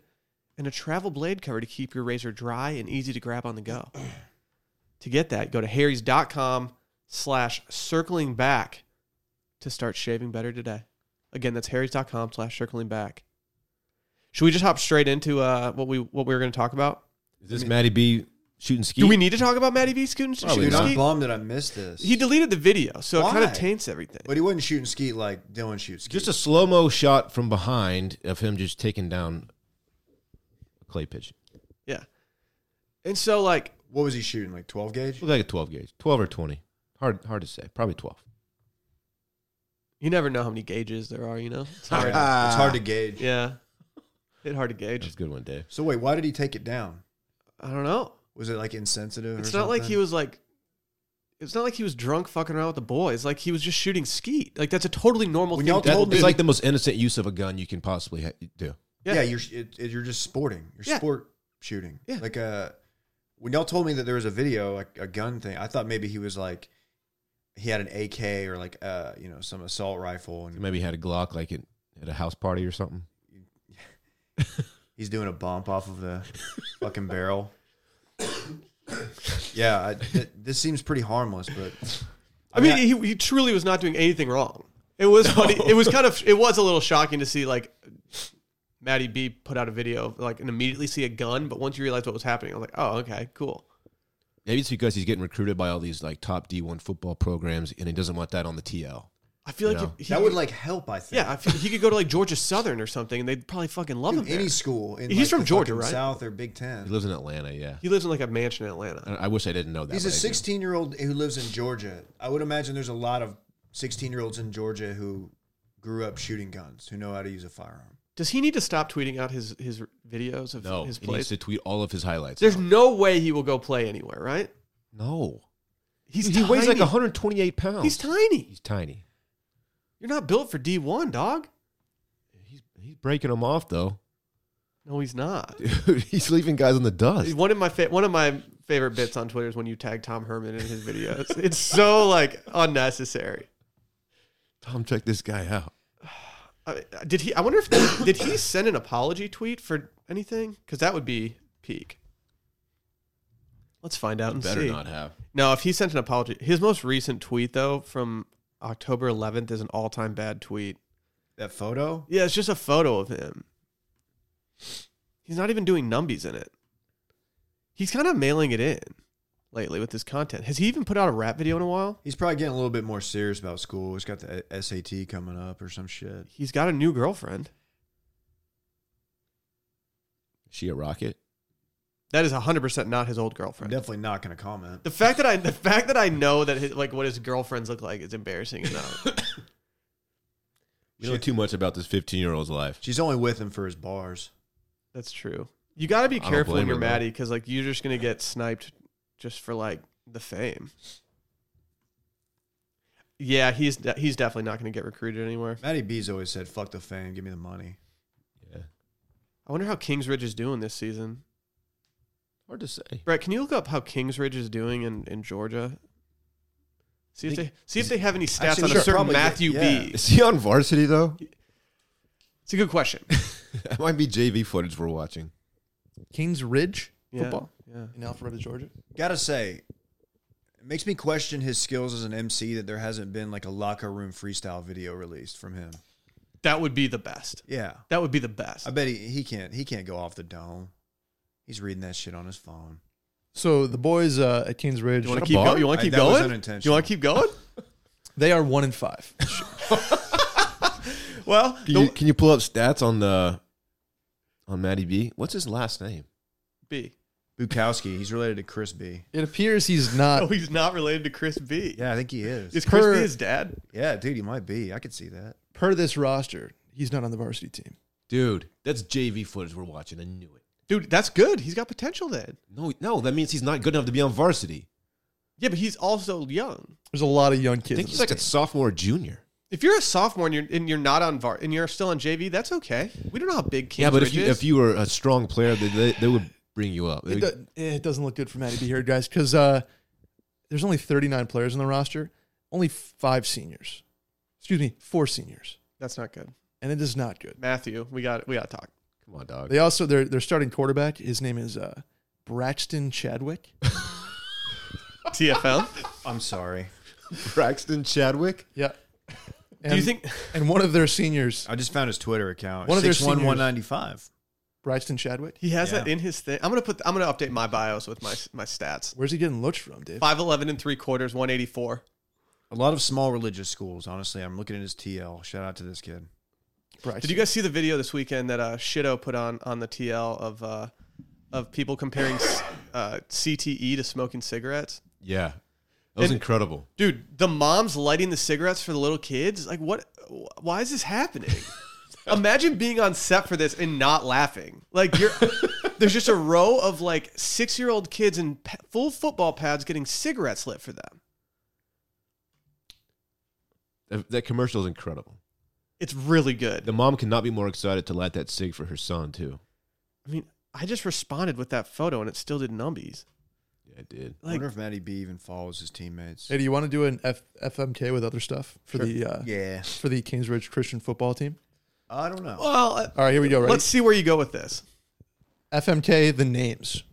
and a travel blade cover to keep your razor dry and easy to grab on the go. to get that, go to harrys.com slash circling back to start shaving better today. Again, that's harrys.com slash circling back. Should we just hop straight into uh, what we what we were going to talk about?
is this Maddie B shooting ski?
Do we need to talk about Matty V scooting?
Probably
shooting
Dude,
not.
I'm
skeet?
bummed that I missed this.
He deleted the video, so it kind
Why?
of taints everything.
but he wasn't shooting skeet like Dylan shoots. Skeet.
just a slow mo shot from behind of him just taking down a clay pigeon.
Yeah. And so, like,
what was he shooting? Like 12 gauge?
Looked like a twelve gauge, twelve or twenty. Hard, hard to say. Probably twelve.
you never know how many gauges there are, you know? It's
Yeah,
hard.
it's hard to gauge.
yeah. It's hard to
That was
gauge.
a good one, Dave.
So wait, why did he take it down?
I don't know.
Was it like insensitive?
It's
or
not like
something?
he was like It's not like he was drunk fucking around with the boys. Like he was just shooting skeet. Like that's a totally normal
When
thing.
y'all
to
That,
told
do.
it's
me-
like the most innocent use of a gun you can possibly ha- do.
Yeah.
Yeah, you're it, it- you're just sporting. You're
Yeah.
sport shooting.
Yeah.
Like uh when y'all told me that there was a video, like a gun thing, I thought maybe he was like he had an AK or like uh, you know, some assault rifle
You
and
maybe had a Glock like at, at a house party or something.
he's doing a bump off of the fucking barrel. yeah, I, th- this seems pretty harmless, but
I mean, he, he truly was not doing anything wrong. It was funny. It was kind of. It was a little shocking to see like Maddie B put out a video like and immediately see a gun. But once you realize what was happening, I was like, oh okay, cool.
Maybe it's because he's getting recruited by all these like top D1 football programs and he doesn't want that on the TL.
I feel like
Yeah.
he,
that would like help, I think.
yeah, I feel, he could go to like Georgia Southern or something, and they'd probably fucking love him.
Dude, any
there.
school. In
He's
like,
from
the
Georgia,
fucking
right?
South or Big Ten.
He lives in Atlanta, yeah.
He lives in like a mansion in Atlanta.
I I wish I didn't know that.
He's a
but I do.
16 year old who lives in Georgia. I would imagine there's a lot of 16 year olds in Georgia who grew up shooting guns, who know how to use a firearm.
Does he need to stop tweeting out his his videos of
No,
his
he needs
plays?
to tweet all of his highlights.
There's
out.
no way he will go play anywhere, right?
no.
He's
he weighs like
tiny.
128 pounds.
He's tiny.
He's tiny.
You're not built for D one, dog.
He's he's breaking them off though.
No, he's not.
Dude, he's leaving guys in the dust.
One of my fa- one of my favorite bits on Twitter is when you tag Tom Herman in his videos. it's so like unnecessary.
Tom, check this guy out.
I, did he? I wonder if did he send an apology tweet for anything? Because that would be peak. Let's find out and
Better
see.
not have.
No, if he sent an apology, his most recent tweet though from October 11th is an all-time bad tweet.
That photo?
Yeah, it's just a photo of him. He's not even doing numbies in it. He's kind of mailing it in lately with his content. Has he even put out a rap video in a while?
He's probably getting a little bit more serious about school. He's got the A- SAT coming up or some shit.
He's got a new girlfriend.
Is she a rocket?
That is 100% not his old
I'm
girlfriend.
definitely not going to comment.
The fact that I the fact that I know that his, like what his girlfriends look like is embarrassing enough.
We know too much about this 15 year old's life.
She's only with him for his bars.
That's true. You got to be
I don't
careful when
blame
you're
her, though.
Maddie because like you're just gonna get sniped just for like the fame. Yeah, he's de- he's definitely not gonna get recruited anywhere.
Maddie B's always said, fuck the fame, give me the money.
Yeah.
I wonder how Kingsridge is doing this season.
Hard to say.
Brett, can you look up how Kingsridge is doing in, in Georgia? See if they see if they have any stats
Actually,
on a
sure,
certain
probably,
Matthew
yeah.
B.
Is he on varsity though?
It's a good question.
that might be JV footage we're watching.
Kings Ridge
Yeah,
football
Yeah.
in Alpharetta, Georgia.
Gotta say, it makes me question his skills as an MC that there hasn't been like a locker room freestyle video released from him.
That would be the best.
Yeah.
That would be the best.
I bet he, he can't he can't go off the dome. He's reading that shit on his phone.
So the boys uh, at Kings Ridge,
You want
a
to keep
bar?
going? You want
I-
to keep
that was
going?
unintentional.
You want to keep going?
they are one in five.
Well,
Can
the-
you, can you pull up stats on the on Matty B? What's his last name?
B.
Bukowski, he's related to Chris B.
It appears he's not.
Uh,
Oh, he's not related to Chris B.
Yeah, I think he is.
Is Chris
Per-
B his dad?
Yeah, dude, he might be. I could see that.
per this roster, he's not on the varsity team.
Dude, that's JV footage we're watching. I knew it.
Dude, that's good. He's got potential then.
No, no, that means he's not good enough to be on varsity.
Yeah, but he's also young.
There's a lot of
I
young kids.
think
on
he's
this
like a sophomore or junior.
If you're a sophomore and you're and you're not on var and you're still on JV, that's okay. We don't know how big King
yeah, but if you
is.
if you were a strong player, they, they, they would bring you up. They
It,
would-
do- eh, it doesn't look good for Matty B here, guys, because uh, there's only 39 players on the roster, only five seniors. Excuse me, four seniors,
that's not good.
and it is not good.
Matthew, we got we got to talk.
come on, dog.
They also their their starting quarterback. His name is uh, Braxton Chadwick.
TFL.
I'm sorry.
Braxton Chadwick.
Yeah. And,
Do you think
And one of their seniors,
I just found his Twitter account.
One of their seniors-
61195.
Braxton Chadwick.
he has
Yeah.
that in his thing? I'm gonna put I'm gonna update my bios with my my stats.
Where's he getting looked from, Dave?
Five eleven and three quarters, one eighty four.
A lot of small religious schools, honestly. I'm looking at his TL. Shout out to this kid.
Braxton.
Did you guys see the video this weekend that uh, Shido put on on the TL of uh, of people comparing uh, CTE to smoking cigarettes?
Yeah, that was
And-
incredible.
Dude, the moms lighting the cigarettes for the little kids. Like, what? Why is this happening? Imagine being on set for this and not laughing. Like, you're there's just a row of like six year old kids in pa- full football pads getting cigarettes lit for them.
that commercial is incredible.
It's really good.
The mom cannot be more excited to light that cig for her son too.
I mean, I just responded with that photo, and it still did numbies.
Yeah, it did.
I
Like,
wonder if Matty B even follows his teammates.
Hey, do you want to do an F- FMK with other stuff for
Sure.
the uh,
yeah,
for the Kingsbridge Christian football team?
I don't know.
well, uh,
All right, here we go. Ready?
let's see where you go with this.
FMK the names: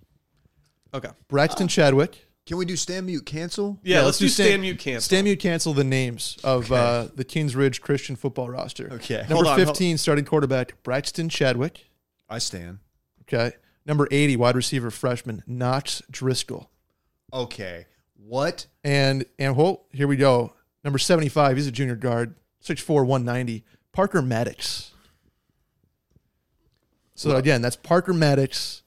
Okay. Ah.
Braxton Chadwick.
Can we do stand mute cancel?
Yeah, let's, do stand mute cancel.
Stand mute cancel the names of uh, the Kingsbridge Christian football roster.
Okay,
Number
Hold on, hold-
15, starting quarterback Braxton Chadwick.
I stand.
Okay. Number 80, wide receiver freshman Knox Driscoll.
Okay, what?
And and whoa, here we go. Number 75, he's a junior guard, 6'4, 190. Parker Maddox. So again, that's Parker Maddox,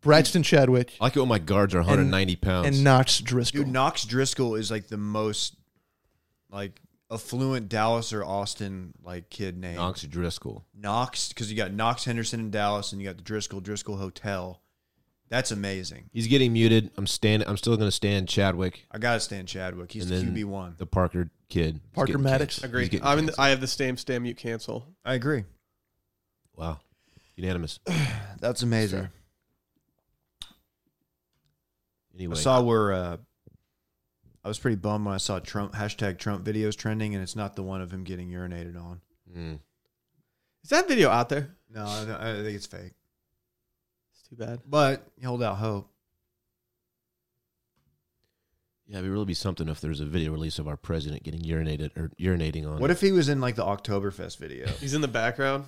Braxton Chadwick,
I like it when my guards are 190 pounds.
and Knox Driscoll.
Dude, Knox Driscoll is like the most like affluent Dallas or Austin like kid name.
Knox Driscoll.
Knox, because you got Knox Henderson in Dallas, and you got the Driscoll Driscoll Hotel. That's amazing.
He's getting muted. I'm stand. I'm still going to stand Chadwick.
I gotta stand Chadwick. He's
And
the
then
QB one.
The Parker kid. He's
Parker
getting
Maddox.
canceled. He's
Agreed.
getting
I'm in the,
canceled.
I have the same stand mute cancel.
I agree.
wow. Unanimous.
That's amazing.
Anyway,
I saw where uh, I was pretty bummed when I saw Trump hashtag Trump videos trending, and it's not the one of him getting urinated on.
Mm.
Is that video out there?
No, I, don't- I think it's fake.
It's too bad.
But you hold out hope.
yeah, it'd really be something if there was a video release of our president getting urinated or urinating on.
What if he was in like the Oktoberfest video?
He's in the background.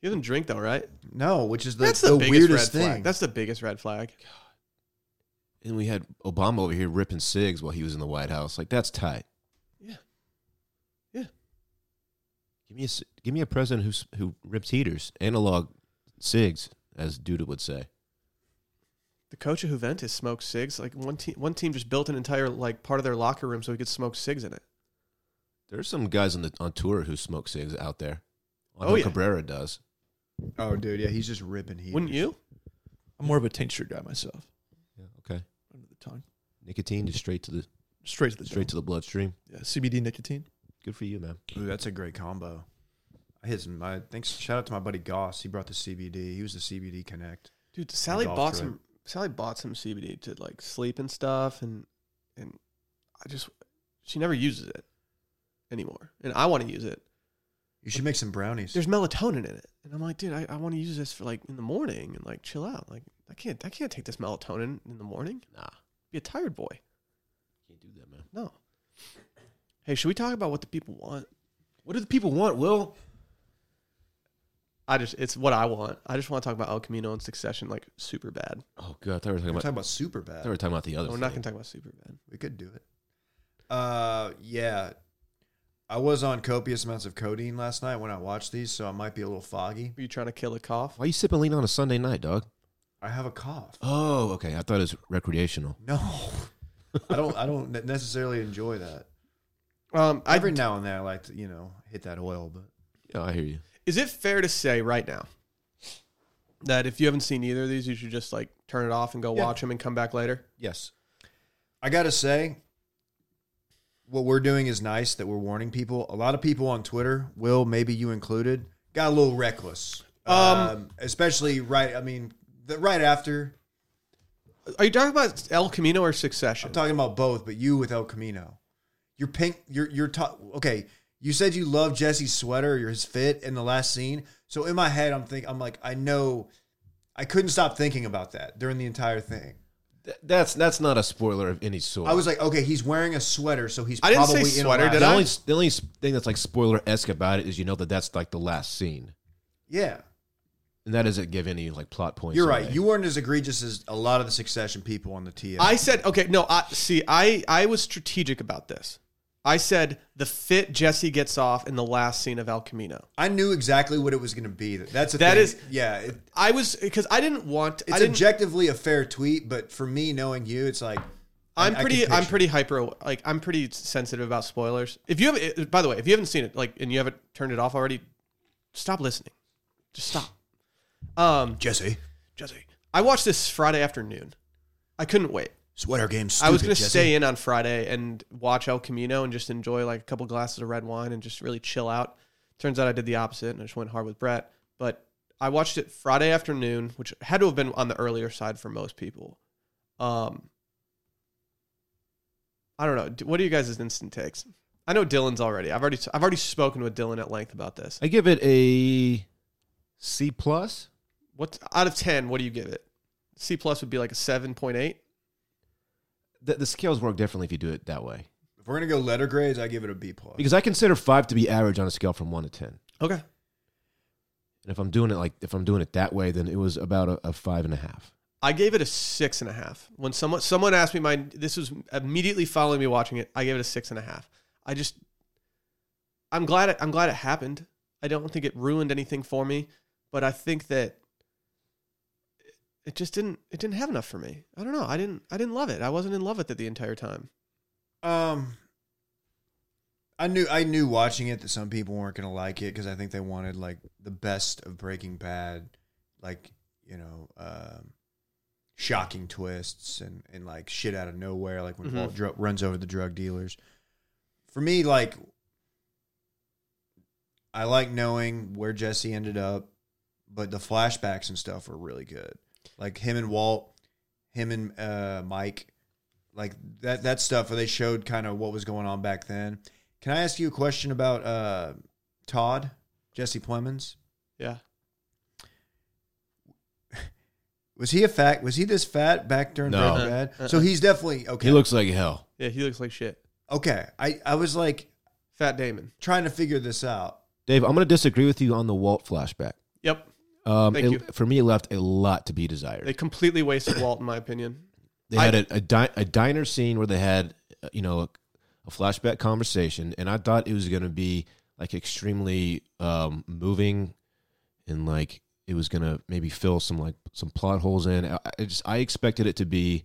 he doesn't drink though, right?
no, which is the,
That's
the,
the, biggest red
weirdest thing.
flag. That's the biggest red flag.
And we had Obama over here ripping cigs while he was in the White House. Like that's tight.
Yeah. Yeah.
Give me a c- give me a president who s- who rips heaters, analog cigs, as Duda would say.
The coach of Juventus smoked cigs. Like one team, one team just built an entire like part of their locker room so he could smoke cigs in it.
There's some guys on the on tour who smoke cigs out there. I
Oh,
know
yeah.
Cabrera does.
oh, dude, yeah, he's just ripping heat.
Wouldn't you?
I'm more of a tincture guy myself.
Yeah. Okay.
Under the tongue.
Nicotine is straight to the
Straight to the
straight to the bloodstream.
yeah, CBD nicotine.
Good for you, man.
Ooh, that's a great combo. I hit some. I thanks. Shout out to my buddy Goss. He brought the CBD. He was the CBD Connect.
Dude, Sally
golf
bought
trip.
some. Sally bought some CBD to like sleep and stuff, and and I just she never uses it anymore, and I want to use it.
You should make some brownies.
There's melatonin in it, and I'm like, dude, I, I want to use this for like in the morning and like chill out. Like I can't I can't take this melatonin in the morning.
Nah,
Be a tired boy.
can't do that, man.
No. Hey, should we talk about what the people want?
What do the people want, Will?
I just it's what I want. I just want to talk about El Camino and Succession like super bad.
Oh god, they were talking
We're
about,
talking about super
I thought we were
bad.
talking about the other.
We're Oh, not gonna
thing.
talk about super bad.
We could do it. Uh, yeah. I was on copious amounts of codeine last night when I watched these, so I might be a little foggy.
Are you trying to kill a cough?
Why you sipping lean on a Sunday night, dog?
I have a cough.
Oh, okay. I thought it was recreational.
No, I don't. I don't necessarily enjoy that.
Um, I
Every now and then, I like to, you know, hit that oil, but
Yeah, I hear you.
Is it fair to say right now that if you haven't seen either of these, you should just like turn it off and go watch 'em
Yeah.
watch them and come back later?
Yes. I got to say, what we're doing is nice that we're warning people. A lot of people on Twitter, Will, maybe you included, got a little reckless. Um, especially right, I mean, the, right after.
Are you talking about El Camino or Succession?
I'm talking about both, but you with El Camino. You're pink, you're, you're, ta- okay. You said you love Jesse's sweater or his fit in the last scene. So in my head, I'm thinking, I'm like, I know, I couldn't stop thinking about that during the entire thing.
Th- that's that's not a spoiler of any sort.
I was like, okay, he's wearing a sweater, so he's
I didn't say
probably in a
sweater,
lab.
did
the
I?
only the only thing that's like spoiler esque about it is you know that that's like the last scene,
Yeah. and
and that doesn't give any like plot points.
You're right.
away.
You weren't as egregious as a lot of the Succession people on the TF.
I said, okay, no, I see, I, I was strategic about this. I said the fit Jesse gets off in the last scene of El Camino.
I knew exactly what it was going to be. That's a
That
thing.
is-
yeah. It,
I was because I didn't want. I
it's
didn't,
objectively a fair tweet, but for me, knowing you, it's like I-
I'm
I
pretty.
can
I'm
picture-
pretty hyper. Like I'm pretty sensitive about spoilers. If you have, eh, by the way, if you haven't seen it, like, and you haven't turned it off already, stop listening. Just stop. Um,
Jesse.
Jesse. I watched this Friday afternoon. I couldn't wait.
Sweater game.
I was gonna stay in on Friday and watch El Camino and just enjoy like a couple glasses of red wine and just really chill out. Turns out I did the opposite and I just went hard with Brett. But I watched it Friday afternoon, which had to have been on the earlier side for most people. Um, I don't know. D- What are you guys' instant takes? I know Dylan's already. I've already I've already spoken with Dylan at length about this.
I give it a C plus.
What out of ten? What do you give it? C plus would be like a seven point eight.
The, the scales work differently if you do it that way.
If we're gonna go letter grades, I give it a B plus.
Because I consider five to be average on a scale from one to ten.
Okay.
And if I'm doing it like if I'm doing it that way, then it was about a, a five and a half.
I gave it a six and a half. When someone someone asked me my this was immediately following me watching it, I gave it a six and a half. I just I'm glad it, I'm glad it happened. I don't think it ruined anything for me, but I think that it just didn't it didn't have enough for me. I don't know. I didn't I didn't love it. I wasn't in love with it the entire time.
Um, I knew I knew watching it that some people weren't gonna like it because I think they wanted like the best of Breaking Bad, like you know, um, shocking twists and and like shit out of nowhere, like when
Mhm.
Walt dr- runs over the drug dealers. For me, like, I like knowing where Jesse ended up, but the flashbacks and stuff were really good. Like him and Walt, him and uh, Mike, like that that stuff where they showed kind of what was going on back then. Can I ask you a question about uh, Todd Jesse Plemons?
Yeah.
Was he a fat? Was he this fat back during
No.
Breaking Bad?
Uh-uh.
So he's definitely okay.
He looks like hell.
Yeah, he looks like shit.
okay. I I was like
Fat Damon.
trying to figure this out.
Dave, I'm going to disagree with you on the Walt flashback.
Yep.
Um,
Thank
it-
you.
For me, it left a lot to be desired.
They completely wasted Walt in my opinion.
They
I-
had a a, di- a diner scene where they had uh, you know a, a flashback conversation, and I thought it was going to be like extremely um, moving, and like it was going to maybe fill some like some plot holes in. I, I just I expected it to be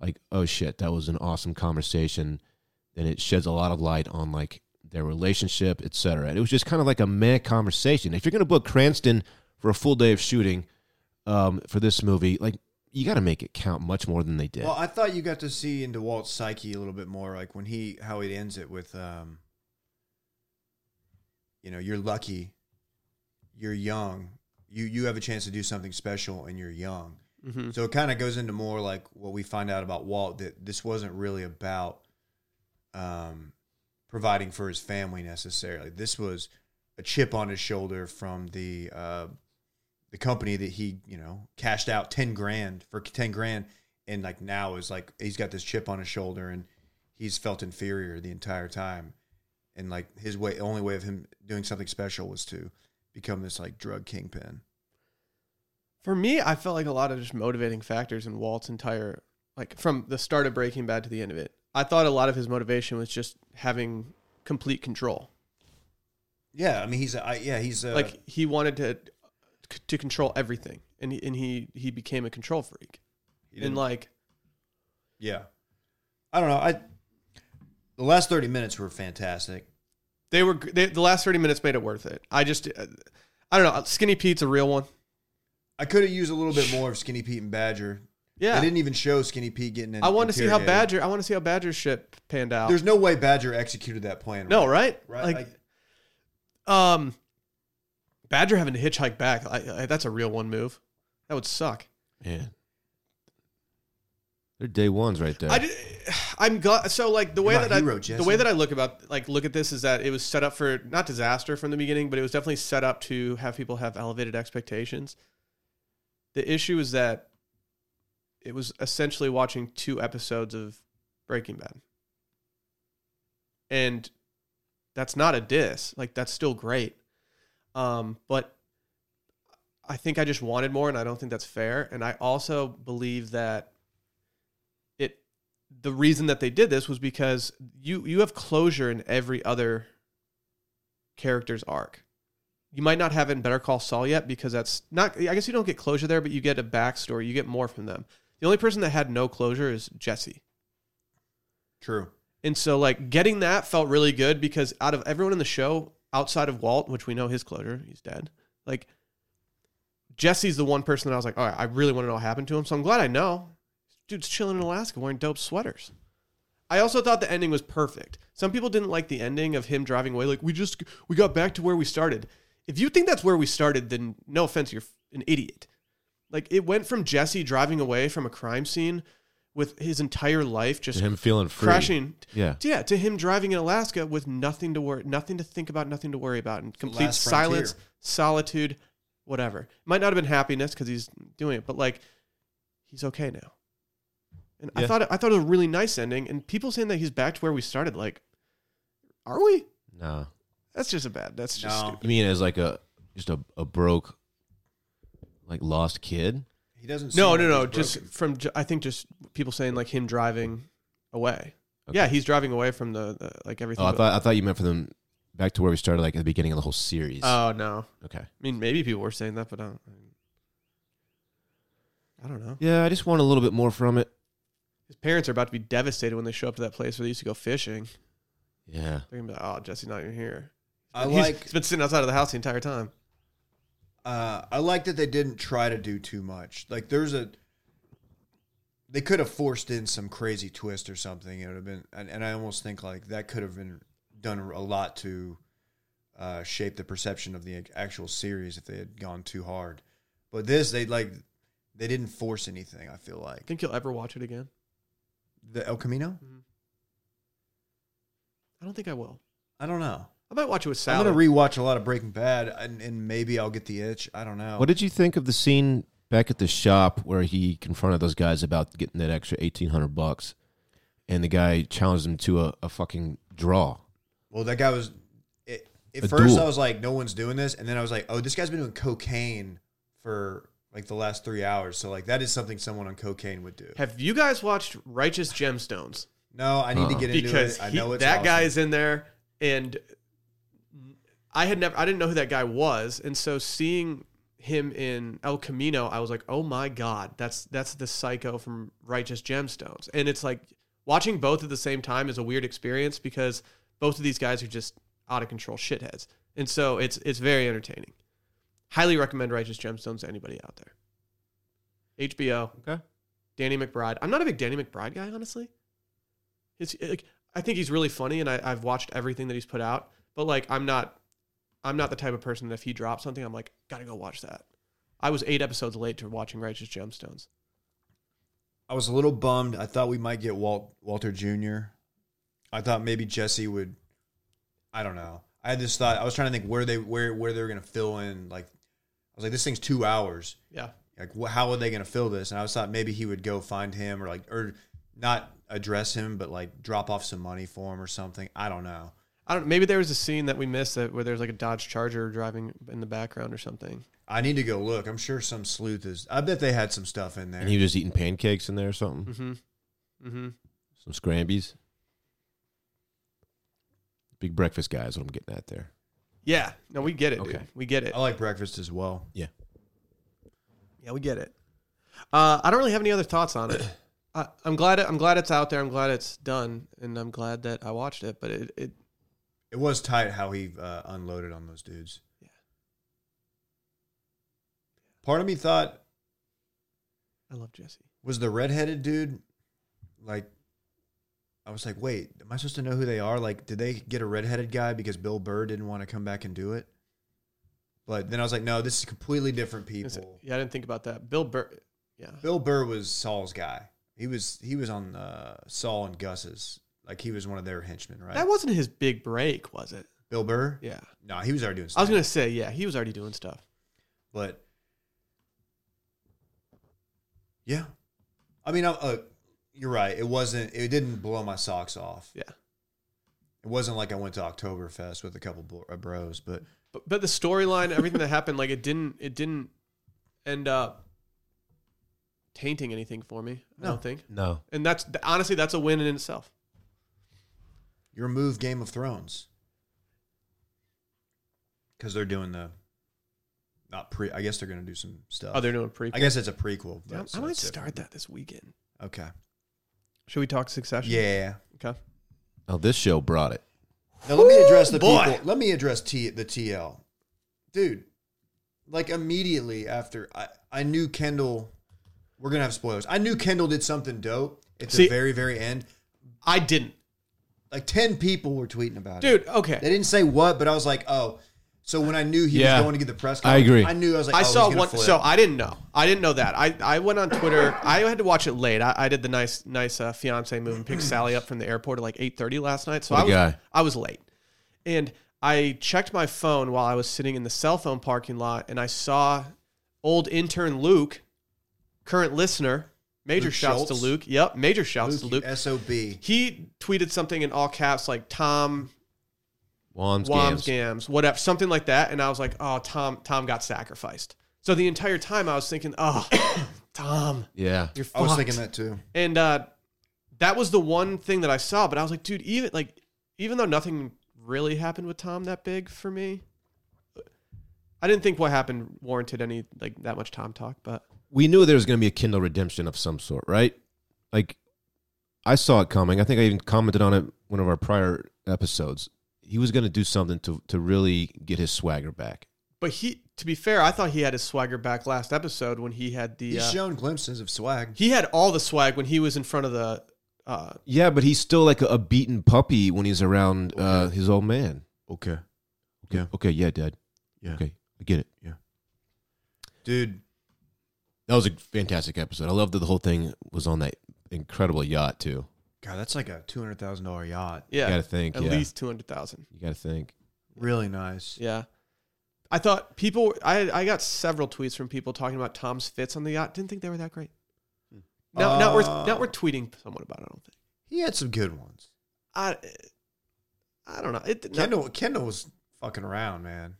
like oh shit that was an awesome conversation, and it sheds a lot of light on like their relationship, etc. It was just kind of like a meh conversation. If you're going to book Cranston for a full day of shooting um, for this movie, like you got to make it count much more than they did.
Well, I thought you got to see into Walt's psyche a little bit more, like when he how it ends it with, um, you know, you're lucky, you're young, you you have a chance to do something special, and you're young.
Mhm.
So it kind of goes into more like what we find out about Walt that this wasn't really about um, providing for his family necessarily. This was a chip on his shoulder from the uh, the company that he you know cashed out ten grand for ten grand, and like now is like he's got this chip on his shoulder and he's felt inferior the entire time, and like his way only way of him doing something special was to become this like drug kingpin.
For me, I felt like a lot of just motivating factors in Walt's entire like from the start of Breaking Bad to the end of it. I thought a lot of his motivation was just having complete control.
Yeah, I mean he's a, I, yeah he's a,
like he wanted to to control everything, and he, and he he became a control freak.
he
and
didn't-
like
Yeah. I don't know. I the last 30 minutes were fantastic.
they were, they, the last thirty minutes made it worth it. I just, uh, I don't know. Skinny Pete's a real one.
I could have used a little bit more of Skinny Pete and Badger.
Yeah,
They didn't even show Skinny Pete getting in.
I want to see how
interrogated.
Badger. I want to see how Badger's shit panned out.
There's no way Badger executed that plan.
no right,
Right.
Like,
like,
um, Badger having to hitchhike back. I, I, that's a real one move. That would suck.
Man. They're day ones right there.
I did, I'm glad. So like the way
my
that I
hero,
the
Jesse.
way that I look about like look at this is that it was set up for not disaster from the beginning, but it was definitely set up to have people have elevated expectations. The issue is that it was essentially watching two episodes of Breaking Bad, and that's not a diss. Like that's still great, um, but I think I just wanted more, and I don't think that's fair. And I also believe that it the reason that they did this was because you you have closure in every other character's arc. You might not have it in Better Call Saul yet because that's not. I guess you don't get closure there, but you get a backstory. You get more from them. The only person that had no closure is Jesse,
true.
and so like getting that felt really good because out of everyone in the show, outside of Walt, which we know his closure, he's dead. Like Jesse's the one person that I was like, all right, I really want to know what happened to him. So I'm glad I know. dude's chilling in Alaska wearing dope sweaters. I also thought the ending was perfect. Some people didn't like the ending of him driving away. Like we just we got back to where we started. If you think that's where we started, then no offense, you're an idiot. Like it went from Jesse driving away from a crime scene with his entire life just
him feeling free.
crashing.
Yeah.
Yeah, to him driving in Alaska with nothing to worry, nothing to think about, nothing to worry about, and complete
last
silence,
frontier.
solitude, whatever. Might not have been happiness because he's doing it, but like he's okay now. And I
Yeah.
thought it, I thought it was a really nice ending. And people saying that he's back to where we started, like, are we?
No.
That's just a bad. That's just
No.
stupid.
You mean as like a just a, a broke, like lost kid?
He doesn't.
no,
seem
no, no.
like
Just
he's broken.
from ju- I think just people saying like him driving away.
Okay.
Yeah, he's driving away from the, the like everything.
Oh, I
but-
thought I thought you meant for them back to where we started, like at the beginning of the whole series.
oh no.
okay.
I mean, maybe people were saying that, but I don't. I don't know.
Yeah, I just want a little bit more from it.
His parents are about to be devastated when they show up to that place where they used to go fishing.
Yeah.
They're gonna be like, "Oh, Jesse's not even here."
I
He's-
like.
he's been sitting outside of the house the entire time.
Uh, I like that they didn't try to do too much. Like there's a, they could have forced in some crazy twist or something. It would have been, and, and I almost think like that could have been done a lot to uh, shape the perception of the actual series if they had gone too hard. But this, they like, they didn't force anything. I feel like
Think you'll ever watch it again?
the El Camino.
I don't think I will.
I don't know.
I might watch it with Sally.
I'm gonna rewatch a lot of Breaking Bad, and, and maybe I'll get the itch. I don't know.
Oh.
What did you think of the scene back at the shop where he confronted those guys about getting that extra eighteen hundred bucks, and the guy challenged him to a, a fucking draw?
Well, that guy was. It, at
A
first,
duel.
I was like, "No one's doing this," and then I was like, "Oh, this guy's been doing cocaine for like the last three hours." So like, that is something someone on cocaine would do.
Have you guys watched Righteous Gemstones?
No, I need to
Uh-uh.
get into
Because
it. I
he-
know it's
that
awesome.
guy is in there, and I had never, I didn't know who that guy was, and so seeing him in El Camino, I was like, oh my god, that's that's the psycho from Righteous Gemstones, and it's like watching both at the same time is a weird experience because both of these guys are just out of control shitheads, and so it's it's very entertaining. Highly recommend Righteous Gemstones to anybody out there. HBO.
Okay.
Danny McBride. I'm not a big Danny McBride guy, honestly. It's like I think he's really funny, and I, I've watched everything that he's put out. But like, I'm not, I'm not the type of person that if he drops something, I'm like, gotta go watch that. I was eight episodes late to watching Righteous Gemstones.
I was a little bummed. I thought we might get Walt Walter Jr. I thought maybe Jesse would. I don't know. I had this thought. I was trying to think where they where where they were gonna fill in. Like, I was like, this thing's two hours.
Yeah,
like wh- how are they going to fill this and i was thought maybe he would go find him or like or not address him but like drop off some money for him or something i don't know
I don't. Maybe there was a scene that we missed that where there's like a Dodge Charger driving in the background or something.
i need to go look i'm sure some sleuth is i bet they had some stuff in there
And he was just eating pancakes in there or something,
Mm-hmm. Mm-hmm.
some scrambies. Big breakfast guy is what I'm getting at there.
Yeah. No, we get it. dude.
Okay.
We get it.
i like breakfast as well
Yeah, we get it. Uh, I don't really have any other thoughts on it. I, I'm glad. I'm glad it's out there. I'm glad it's done, and I'm glad that I watched it. But it, it
it was tight how he uh, unloaded on those dudes
Yeah.
part of me thought
I love Jesse.
was the redheaded dude like I was like, wait, am I supposed to know who they are? Like, did they get a redheaded guy because Bill Burr didn't want to come back and do it? But then I was like, no, this is completely different
Is it-
people.
Yeah, I didn't think about that. Bill Burr. Yeah,
Bill Burr was Saul's guy. He was he was on uh, Saul and Gus's. Like he was one of their henchmen, right?
that wasn't his big break, was it?
Bill Burr.
Yeah,
No, he was already doing. Stuff.
I was gonna say yeah. He was already doing stuff.
but yeah, I mean, I, uh, you're right. It wasn't. It didn't blow my socks off.
Yeah,
It wasn't like I went to Oktoberfest with a couple bro- uh, bros, but
but but the storyline, everything that happened, like it didn't it didn't end up tainting anything for me. I
No.
don't think.
No.
And that's honestly that's a win in itself.
you remove Game of Thrones because they're doing the not pre. I guess they're going to do some stuff.
Oh, they're doing a prequel.
I guess it's a prequel.
Yeah,
but- so
I might
it's different.
start that this weekend.
Okay.
Should we talk Succession?
Yeah.
Okay.
Oh, this show brought it.
Now let me address the
boy.
people. Let me address T the TL, dude. Like immediately after, I I knew Kendall We're gonna have spoilers. I knew Kendall did something dope at
See-
the very, very end.
I didn't,
Like ten people were tweeting about it.
dude.
They
Okay,
didn't say what, but I was like, oh. So when I knew he
Yeah.
was going to get the press,
I agree.
I knew I was like, oh,
I
he's
saw
gonna
one.
flip.
So I didn't know. I didn't know that. I, I went on Twitter. I had to watch it late. I, I did the nice nice uh, fiance move and picked Sally up from the airport at like eight thirty last night. So
What a
I was
guy.
I was late, and I checked my phone while I was sitting in the cell phone parking lot, and I saw old intern Luke, current listener. Major
Luke
shouts to
Schultz?
Luke. Yep, major shouts
Luke,
to Luke.
you sob.
he tweeted something in all caps like Tom
Wom's,
Wams
games.
Gams, whatever, something like that. And I was like, oh, Tom, Tom got sacrificed. So the entire time I was thinking, oh, Tom,
Yeah.
you're
I
fucked.
was thinking that too.
And uh, that was the one thing that I saw. But I was like, dude, even like, even though nothing really happened with Tom that big for me, I didn't think what happened warranted any like that much Tom talk. But
we knew there was going to be a Kindle redemption of some sort, right? Like, I saw it coming. I think I even commented on it one of our prior episodes. He was going to do something to to really get his swagger back.
but he, to be fair, I thought he had his swagger back last episode when he had the.
He's
uh,
shown glimpses of swag.
he had all the swag when he was in front of the. Uh,
Yeah, but he's still like a, a beaten puppy when he's around uh, his old man.
Okay,
Okay,
Yeah.
okay, yeah, Dad.
Yeah.
okay, I get it.
dude.
That was a fantastic episode. I love that the whole thing was on that incredible yacht too.
God, that's like a two hundred thousand dollar yacht.
You
yeah,
gotta think.
at
yeah.
least two hundred thousand.
you gotta think.
Really nice.
Yeah. I thought people. I I got several tweets from people talking about Tom's fits on the yacht. Didn't think they were that great. Hmm. Now, now we're
Uh,
now we're tweeting someone about. It,
He had some good ones.
I don't think. I I don't know. It did not-
Kendall Kendall was fucking around, man.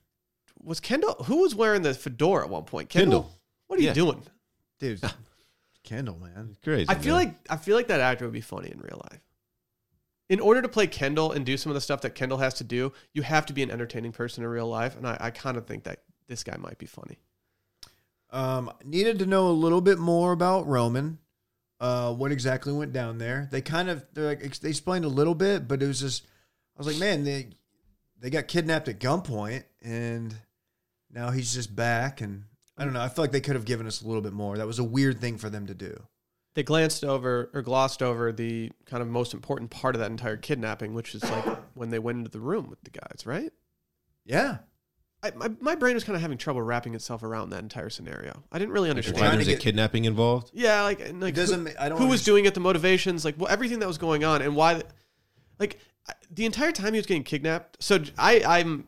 was Kendall. Who was wearing the fedora at one point? Kendall.
Kendall.
What are you
Yeah.
doing?
Dude, Kendall, man.
Crazy.
I feel
man.
like I feel like that actor would be funny in real life. In order to play Kendall and do some of the stuff that Kendall has to do, you have to be an entertaining person in real life, and I, I kind of think that this guy might be funny.
Um, needed to know a little bit more about Roman. Uh, what exactly went down there? They kind of they're like ex- they explained a little bit, but it was just I was like, man, they they got kidnapped at gunpoint, and now he's just back. And I don't know. I feel like they could have given us a little bit more. That was a weird thing for them to do.
they glanced over or glossed over the kind of most important part of that entire kidnapping, which is like when they went into the room with the guys, right?
Yeah,
I, my, my brain was kind of having trouble wrapping itself around that entire scenario. I didn't really
Why
understand.
trying to
there's a
get-
kidnapping involved.
Yeah, like, and, like
it doesn't.
who,
ma- I don't.
who was
understand-
doing it, the motivations, like well, everything that was going on, and why, like I- the entire time he was getting kidnapped. So j- I I'm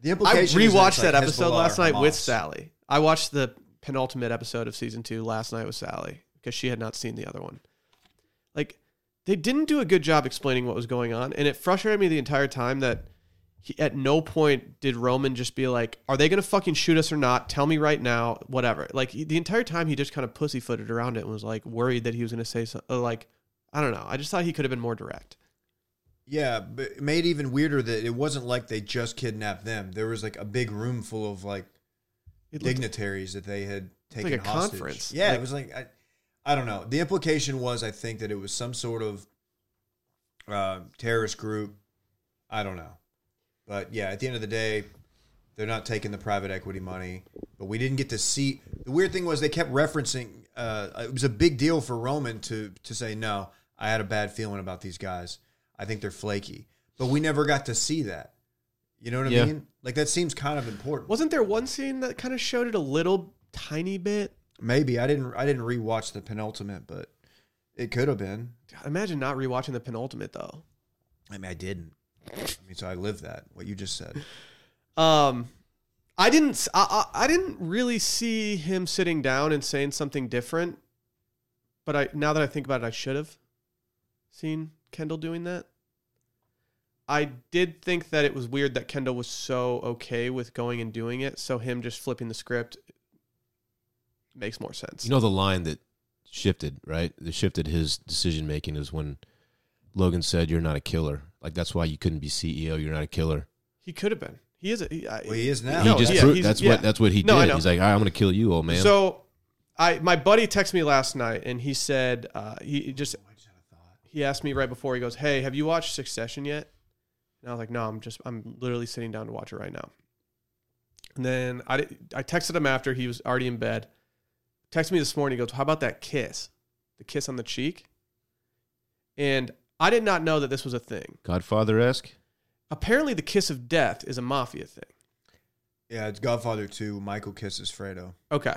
the
I
implication? is that it's
rewatched
like
that episode
Hezbollah
last
or
night with
Hamas.
Sally. I watched the penultimate episode of season two last night with Sally because she had not seen the other one. Like, they didn't do a good job explaining what was going on, and it frustrated me the entire time that he, at no point did Roman just be like, "Are they going to fucking shoot us or not? Tell me right now, whatever." Like he- the entire time he just kind of pussyfooted around it and was like worried that he was going to say something. Like, I don't know. I just thought he could have been more direct.
Yeah, but it made even weirder that it wasn't like they just kidnapped them. There was like a big room full of like
It looked-
dignitaries that they had
like
taken
a
hostage.
conference.
Yeah,
Like-
it was like I, I don't know. The implication was I think that it was some sort of uh, terrorist group. I don't know, but yeah, at the end of the day, they're not taking the private equity money. But we didn't get to see. The weird thing was they kept referencing. Uh, it was a big deal for Roman to to say no. I had a bad feeling about these guys. I think they're flaky, but we never got to see that. You know what I
Yeah.
mean? Like that seems kind of important.
wasn't there one scene that kind of showed it a little tiny bit?
Maybe I didn't. I didn't rewatch the penultimate, but it could have been.
God, imagine not rewatching the penultimate though.
I mean, I didn't. I mean, so I lived that. What you just said.
Um, I didn't. s- I, I- I didn't really see him sitting down and saying something different. But I now that I think about it, I should have seen Kendall doing that. I did think that it was weird that Kendall was so okay with going and doing it. So him just flipping the script makes more sense.
You know the line that shifted, right? That shifted his decision making is when Logan said, "You're not a killer." Like that's why you couldn't be CEO. You're not a killer.
he could have been. He is. A, he, I-
Well, he is now.
he
No,
just
yeah,
proved
he's-
that's
yeah.
what that's what he
No, I
did.
know.
He's like, "All right, "I'm going to kill you, old man."
So, I my buddy texted me last night and he said uh, he he just he asked me right before he goes, "Hey, have you watched Succession yet?" And I was like, "No, I'm just I'm literally sitting down to watch it right now." And then I di- I texted him after he was already in bed. texted me this morning. He goes, "How about that kiss? The kiss on the cheek." And I did not know that this was a thing.
Godfather esque.
Apparently, the kiss of death is a mafia thing.
Yeah, it's Godfather 2. Michael kisses Fredo.
Okay,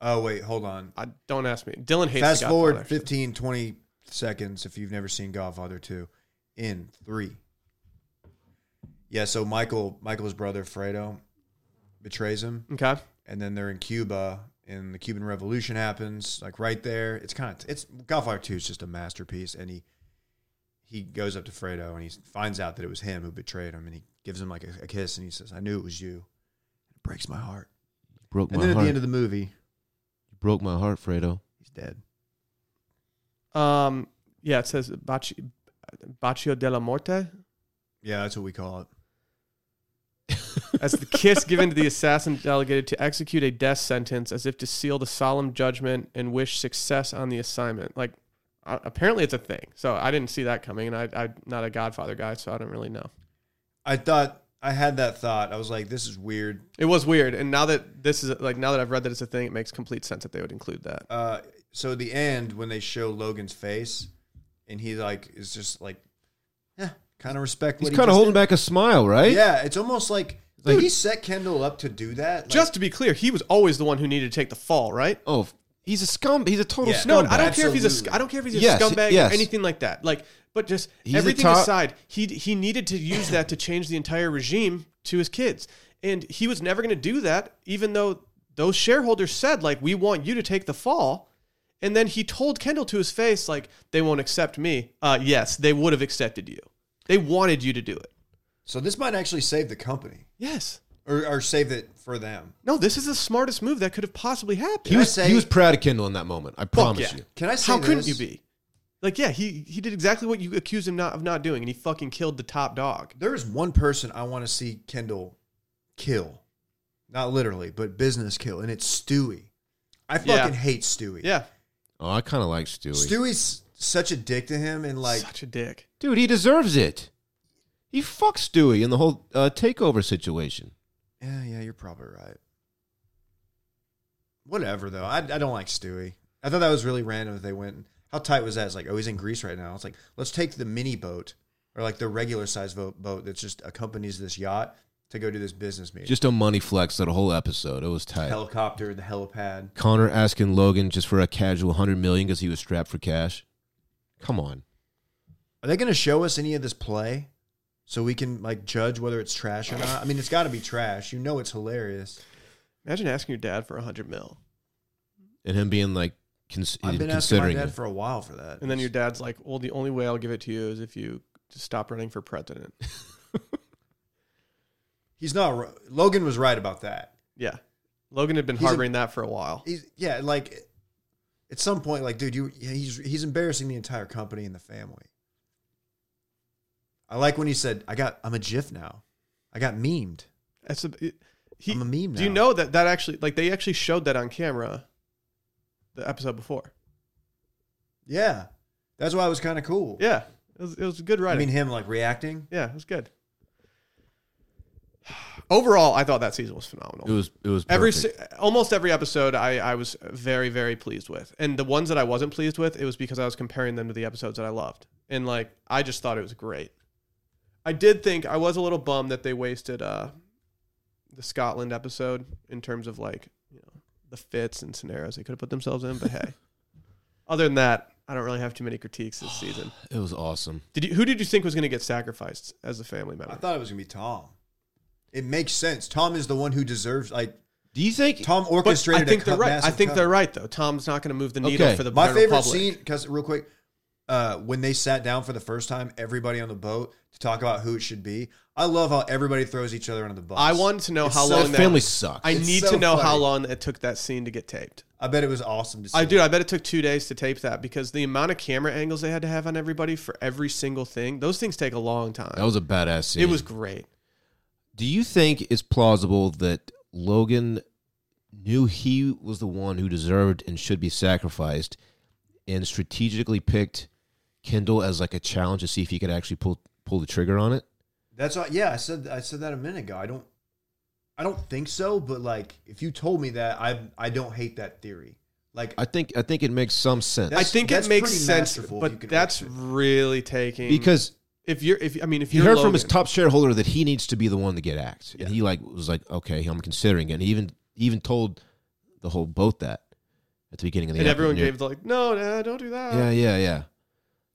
Oh, wait, hold on.
I don't ask me. Dylan hates.
Fast
the
forward
Godfather, actually.
15, 20 seconds if you've never seen Godfather 2 in 3. Yeah, so Michael, Michael's brother Fredo betrays him
Okay,
and then they're in Cuba and the Cuban Revolution happens like right there. It's kind of it's Godfather 2 is just a masterpiece and he he goes up to Fredo and he finds out that it was him who betrayed him and he gives him like a, a kiss and he says, "I knew it was you." It breaks my heart.
Broke
And
my
then at
heart.
the end of the movie,
Broke my heart, Fredo.
he's dead.
um, yeah, it says Baci- Baccio della Morte.
Yeah, that's what we call it.
That's the kiss given to the assassin delegated to execute a death sentence as if to seal the solemn judgment and wish success on the assignment. Like, uh, apparently it's a thing. So I didn't see that coming. And I, I'm not a Godfather guy, so I don't really know.
I thought I had that thought. I was like, this is weird.
It was weird. And now that this is, like, now that I've read that it's a thing, it makes complete sense that they would include that.
Uh, so the end when they show Logan's face, and he like is just like, yeah, kind of respect.
He's
what he
kind of
just
holding
did.
back a smile, right?
Yeah, it's almost like like
Dude.
he set Kendall up to do that. Like,
Just to be clear, he was always the one who needed to take the fall, right?
Oh, f- he's a scum. He's a total
Yeah.
scumbag.
No, I don't care if he's a sc-
Absolutely.
I don't care if he's a
Yes,
scumbag
yes.
or anything like that. Like, but just
He's a
everything
top-
aside, he he needed to use that to change the entire regime to his kids, and he was never going to do that. Even though those shareholders said, like, we want you to take the fall, and then he told Kendall to his face, like, they won't accept me. Uh, yes, they would have accepted you. They wanted you to do it.
so this might actually save the company
Yes.
or, or save it for them.
No, this is the smartest move that could have possibly happened.
He
I
was
say-
he was proud of Kendall in that moment. I promise
yeah.
you.
Can I say
How couldn't
this?
you be? Like, yeah, he he did exactly what you accused him not of not doing, and he fucking killed the top dog.
There is one person I want to see Kendall kill, not literally, but business kill, and it's Stewie. I fucking
Yeah.
hate Stewie.
Yeah,
Oh, I kind of like Stewie.
Stewie's such a dick to him, and like
such a dick.
Dude, he deserves it. He fucks Stewie in the whole uh, takeover situation.
Yeah, yeah, you're probably right. Whatever though, I, I don't like Stewie. I thought that was really random that they went. How tight was that? It's like, oh, he's in Greece right now. It's like, let's take the mini boat or like the regular size boat boat that just accompanies this yacht to go do this business meeting.
Just a money flex that whole episode. It was tight.
helicopter, the helipad.
Connor asking Logan just for a casual hundred million because he was strapped for cash. Come on.
Are they going to show us any of this play so we can like judge whether it's trash or not? I mean, it's got to be trash. You know, it's hilarious.
Imagine asking your dad for a hundred mil,
And him being like cons-
I've been asking my
considering
dad
it.
for a while for that.
and then your dad's like, "Well, the only way I'll give it to you is if you just stop running for president."
he's not. wr- Logan was right about that.
yeah, Logan had been
He's a-
harboring that for a while.
he's yeah, like at some point, like dude, you yeah, he's he's embarrassing the entire company and the family. I like when he said, "I got I'm a GIF now, I got memed."
That's a, it- he,
I'm a meme
Do you
now.
know that that actually like they actually showed that on camera, the episode before?
Yeah, that's why it was kind of cool.
Yeah, it was, it was good
I
writing.
mean him like reacting.
yeah, it was good. Overall, I thought that season was phenomenal.
It was it was
every
perfect.
se- almost every episode I, I was very very pleased with and the ones that i wasn't pleased with it was because i was comparing them to the episodes that i loved and like i just thought it was great i did think i was a little bummed that they wasted uh the scotland episode in terms of like you know the fits and scenarios they could have put themselves in but hey other than that i don't really have too many critiques this season
it was awesome.
did you who did you think was going to get sacrificed as a family member
I thought it was gonna be Tom. It makes sense. Tom is the one who deserves. Like
Do you think
Tom
But
orchestrated.
I think
a
they're
cut,
right. I
massive
think
cut.
they're right, though. Tom's not going to move the needle
Okay.
for the
My
general
favorite
public.
scene, because real quick, uh, when they sat down for the first time, everybody on the boat to talk about who it should be. I love how everybody throws each other under the bus.
I wanted to know
It's
how
so
long
that
that
family sucks?
I
It's
need
so
to know how
funny.
long it took that scene to get taped.
I bet it was awesome to see.
I do. I bet it took two days to tape that because the amount of camera angles they had to have on everybody for every single thing, those things take a long time.
that was a badass scene.
it was great.
Do you think it's plausible that Logan knew he was the one who deserved and should be sacrificed and strategically picked Kendall as like a challenge to see if he could actually pull pull the trigger on it?
That's all. Yeah, I said I said that a minute ago. I don't. I don't think so, but like if you told me that, I I don't hate that theory. Like
I think I think it makes some sense
I
That's-
think it
that's
makes
pretty
sense,
masterful if you
but
can
that's
fix it.
really taking
because
if you're if I mean if
he
you're
heard from his
Logan-
top shareholder that he needs to be the one to get axed,
Yeah.
and he like was like, okay, I'm considering it. And he even he even told the whole boat that at the beginning of the
and everyone
afternoon.
gave the like no no don't do that
yeah yeah yeah.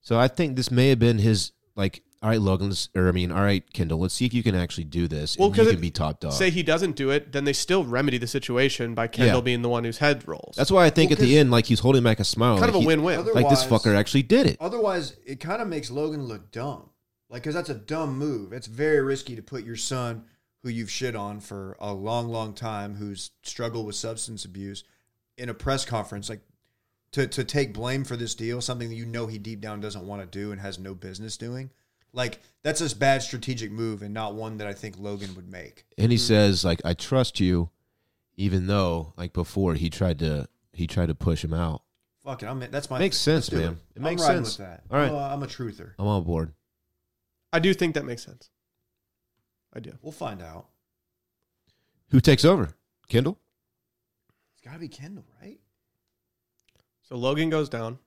So I think this may have been his like, all right, Logan, let's, or I mean, all right, Kendall, let's see if you can actually do this.
Well,
and you
'cause
can
it-
be top dog.
say he doesn't do it then they still remedy the situation by Kendall
Yeah.
being the one whose head rolls
That's why I think
Well,
at
'cause-
the end, like he's holding back a smile,
kind
like
of a
he-
win-win
Other-
Like this
Otherwise-
fucker actually did it.
Otherwise, it kind of makes Logan look dumb. Like, because that's a dumb move. It's very risky to put your son, who you've shit on for a long, long time, who's struggled with substance abuse, in a press conference. Like, to, to take blame for this deal, something that you know he deep down doesn't want to do and has no business doing. Like, that's a bad strategic move and not one that I think Logan would make.
and
Mm-hmm.
he says like i trust you even though like before he tried to he tried to push him out
Fuck it. I'm, that's my.
Makes sense,
let's do
man. It makes
I'm riding
sense.
with that.
All right.
I'm a- I'm a truther.
i'm on board
I do think that makes sense I do
We'll find out.
who takes over kendall
It's got to be Kendall, right?
so Logan goes down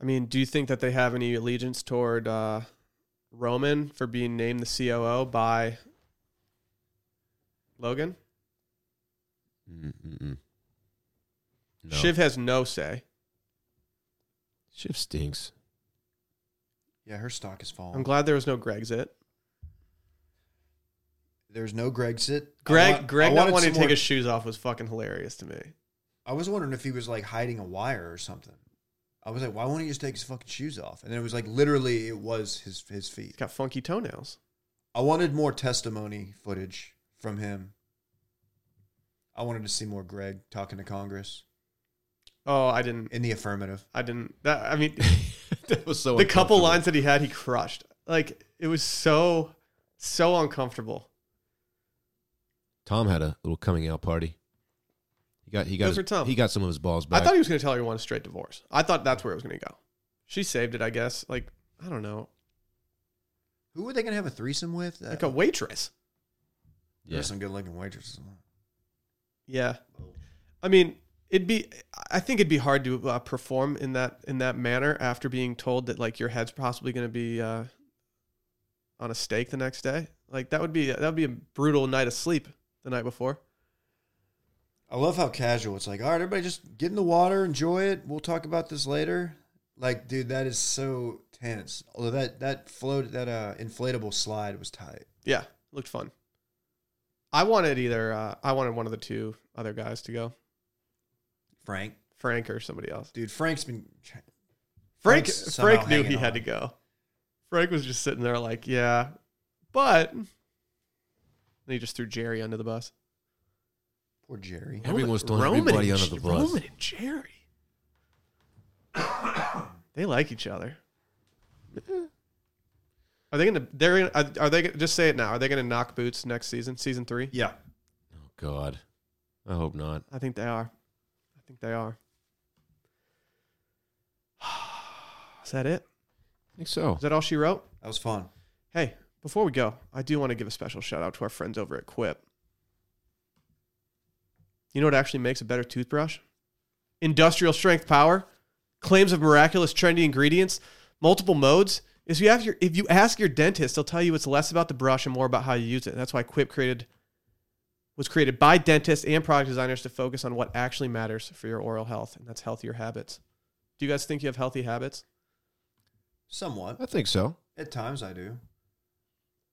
I mean do you think that they have any allegiance toward uh, Roman for being named the COO by Logan
Mm-mm-mm. no.
Shiv has no say
shiv stinks
Yeah, her stock is falling.
I'm glad there was no Greg's
There's no Grexit.
Greg,
I wa- I
Greg not
wanted
wanting
some
to take
more-
his shoes off was fucking hilarious to me.
I was wondering if he was like hiding a wire or something. I was like, why won't he just take his fucking shoes off? And it was like literally, it was his his
He's
feet.
got funky toenails.
I wanted more testimony footage from him. I wanted to see more Greg talking to Congress
Oh, I didn't.
in the affirmative.
I didn't. That I mean,
that was so
the couple
uncomfortable.
lines that he had, he crushed. Like it was so, so uncomfortable.
tom had a little coming out party he got he got
Good
his-
for Tom.
he got some of his balls back
I thought he was going to tell her he wanted a straight divorce. I thought that's where it was going to go. She saved it, I guess. Like I don't know,
Who were they gonna have a threesome with? Uh,
like a waitress.
yeah.
There's some good looking waitresses.
Yeah. I mean, it'd be. I think it'd be hard to uh, perform in that in that manner after being told that like your head's possibly going to be uh, on a stake the next day. Like that would be that would be a brutal night of sleep the night before.
I love how casual it's like. All right, everybody, just get in the water, enjoy it. We'll talk about this later. Like, dude, that is so tense. Although that that float that uh inflatable slide was tight.
Yeah, looked fun. I wanted either uh, I wanted one of the two other guys to go,
Frank,
Frank or somebody else.
dude, Frank's been.
Frank
Frank's somehow
Frank knew
hanging
he had
on.
to go. Frank was just sitting there like, yeah, but and he just threw Jerry under the bus.
Poor Jerry.
Everyone was throwing
Roman
everybody
and
under the
J-
bus.
Roman and Jerry. they like each other. Are they gonna? They're gonna. Are, are they gonna? Just say it now. Are they gonna knock boots next season? Season three?
Yeah,
oh god i hope not
I think they are. I think they are. Is that it?
i think so
Is that all she wrote?
that was fun.
Hey, before we go, I do want to give a special shout out to our friends over at Quip. You know what actually makes a better toothbrush? Industrial strength power, claims of miraculous trendy ingredients, multiple modes. If you, have your, if you ask your dentist, they'll tell you it's less about the brush and more about how you use it. That's why Quip created was created by dentists and product designers to focus on what actually matters for your oral health, and that's healthier habits. Do you guys think you have healthy habits?
Somewhat
i think so
at times, I do.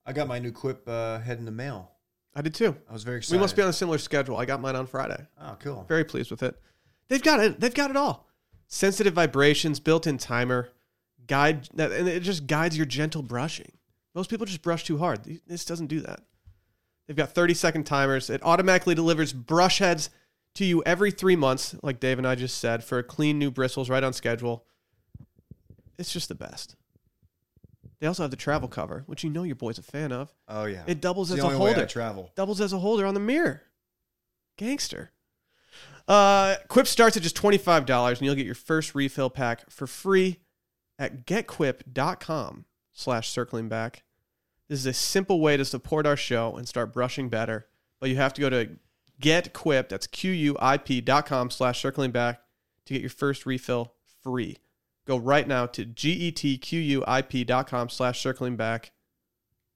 I got my new quip uh, head in the mail.
I did too.
I was very
We
excited.
must be on a similar schedule. I got mine on Friday.
Oh, cool.
Very pleased with it. They've got it. They've got it all. Sensitive vibrations, built-in timer, guide, and it just guides your gentle brushing. Most people just brush too hard. This doesn't do that. They've got 30-second timers. It automatically delivers brush heads to you every three months, like Dave and I just said, for clean new bristles right on schedule. It's just the best. They also have the travel cover, which you know your boy's a fan of.
Oh yeah,
It doubles
It's
as
the
a
only way I
holder
travel.
doubles as a holder on the mirror. Gangster. Uh, Quip starts at just $25 and you'll get your first refill pack for free at getquip.com slash circling back. This is a simple way to support our show and start brushing better. But you have to go to getquip, that's Q-U-I-P dot com slash circling back to get your first refill free. Go right now to E G-E-T-Q-U-I-P dot com slash circling back.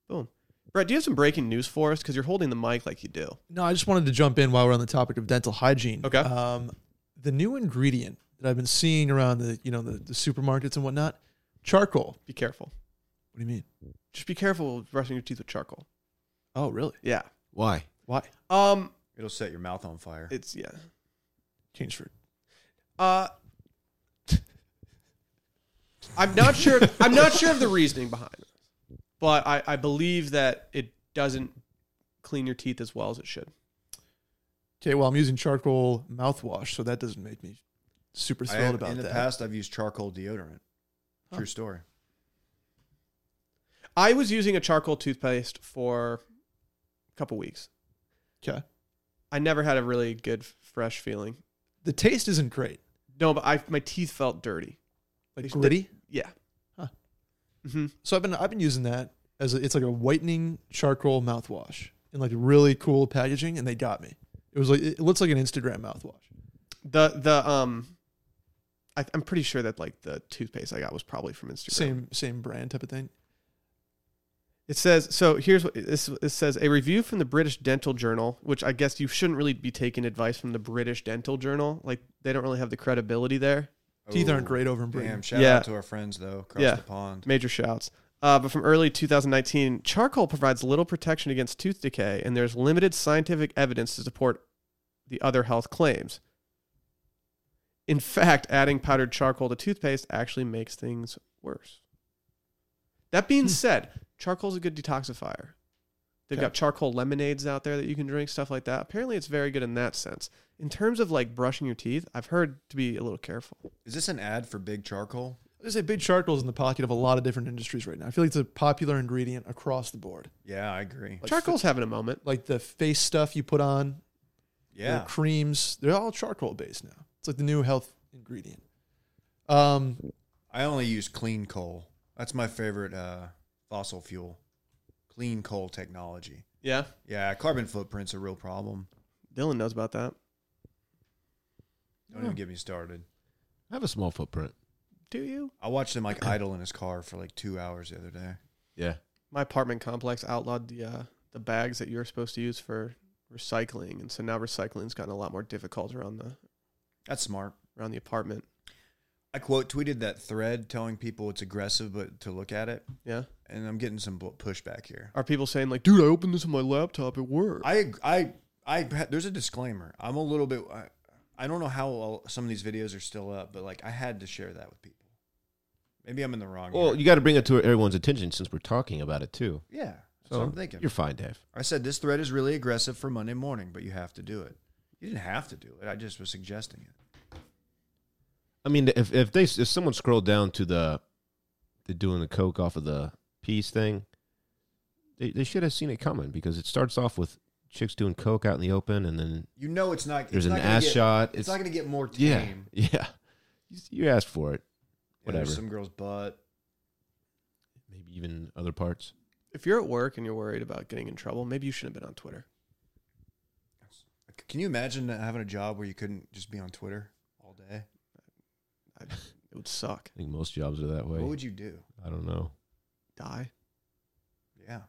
Boom. Brett, do you have some breaking news for us? Because you're holding the mic like you do.
No, I just wanted to jump in while we're on the topic of dental hygiene.
Okay.
Um, the new ingredient that I've been seeing around the you know the, the supermarkets and whatnot, charcoal.
Be careful.
What do you mean?
Just be careful with brushing your teeth with charcoal.
Oh, really?
Yeah.
Why?
Why?
Um,
It'll set your mouth on fire.
it's yeah.
Change for
Uh, I'm not sure. I'm not sure of the reasoning behind this, but I, I believe that it doesn't clean your teeth as well as it should.
Okay, well I'm using charcoal mouthwash, so that doesn't make me super
I
thrilled
have-
about
in the
that.
past, I've used charcoal deodorant.
Huh.
True story.
I was using a charcoal toothpaste for a couple weeks.
Okay.
I never had a really good fresh feeling.
The taste isn't great.
No, but I my teeth felt dirty.
Like
It's
gritty.
Yeah.
Huh.
Mm-hmm.
So I've been I've been using that as a, it's like a whitening charcoal mouthwash in like really cool packaging, and they got me. It was like it looks like an Instagram mouthwash.
The the um, I, I'm pretty sure that like the toothpaste I got was probably from Instagram.
Same same brand type of thing.
It says so. Here's what this it says: a review from the British Dental Journal, which I guess you shouldn't really be taking advice from the British Dental Journal. Like they don't really have the credibility there.
Teeth aren't
Oh,
great over in Britain.
Damn! Shout
Yeah.
out to our friends though across
Yeah.
the pond.
Major shouts. Uh, but from early 2019, charcoal provides little protection against tooth decay, and there's limited scientific evidence to support the other health claims. In fact, adding powdered charcoal to toothpaste actually makes things worse. That being
Hmm.
said, charcoal's a good detoxifier. They've
Okay.
got charcoal lemonades out there that you can drink, stuff like that. Apparently, it's very good in that sense. In terms of like brushing your teeth, I've heard to be a little careful.
Is this an ad for Big Charcoal?
There's a big charcoal's in the pocket of a lot of different industries right now. I feel like it's a popular ingredient across the board.
Yeah, I agree.
Like
Charcoal's having a moment.
Like the face stuff you put on, their
Yeah,
creams, they're all charcoal based now. It's like the new health ingredient. Um,
I only use clean coal. That's my favorite uh, fossil fuel. Clean coal technology.
Yeah.
Yeah, carbon footprint's a real problem.
Dylan knows about that.
Don't even get me started.
I have a small footprint.
Do you?
I watched him like idle in his car for like two hours the other day.
Yeah.
my apartment complex outlawed the uh, the bags that you're supposed to use for recycling, and so now recycling's gotten a lot more difficult around the
That's smart.
around the apartment.
I quote tweeted that thread telling people it's aggressive, but to look at it,
Yeah,
and I'm getting some bu- pushback here.
are people saying like, "Dude, I opened this on my laptop at work"?
I ag- I I had- there's a disclaimer. I'm a little bit. I, I don't know how all, some of these videos are still up, but like I had to share that with people. Maybe I'm in the wrong.
Well,
here.
you got to bring it to everyone's attention since we're talking about it too.
yeah, that's
So
what I'm thinking.
You're fine, Dave.
I said this thread is really aggressive for Monday morning, but you have to do it. You didn't have to do it. I just was suggesting it.
I mean, if if they if someone scrolled down to the, the doing the coke off of the peas thing, they they should have seen it coming because it starts off with chicks doing coke out in the open, and then
You know it's not.
there's
it's
an
not gonna
ass
get-
shot.
It's, not going to get more tame.
yeah, yeah. You, you asked for it.
You know, there's
whatever.
some girl's butt.
Maybe even other parts.
if you're at work and you're worried about getting in trouble, maybe you shouldn't have been on Twitter.
C- Can you imagine having a job where you couldn't just be on Twitter all day?
It would suck.
I think most jobs are that way.
What would you do?
I don't know.
Die.
Yeah.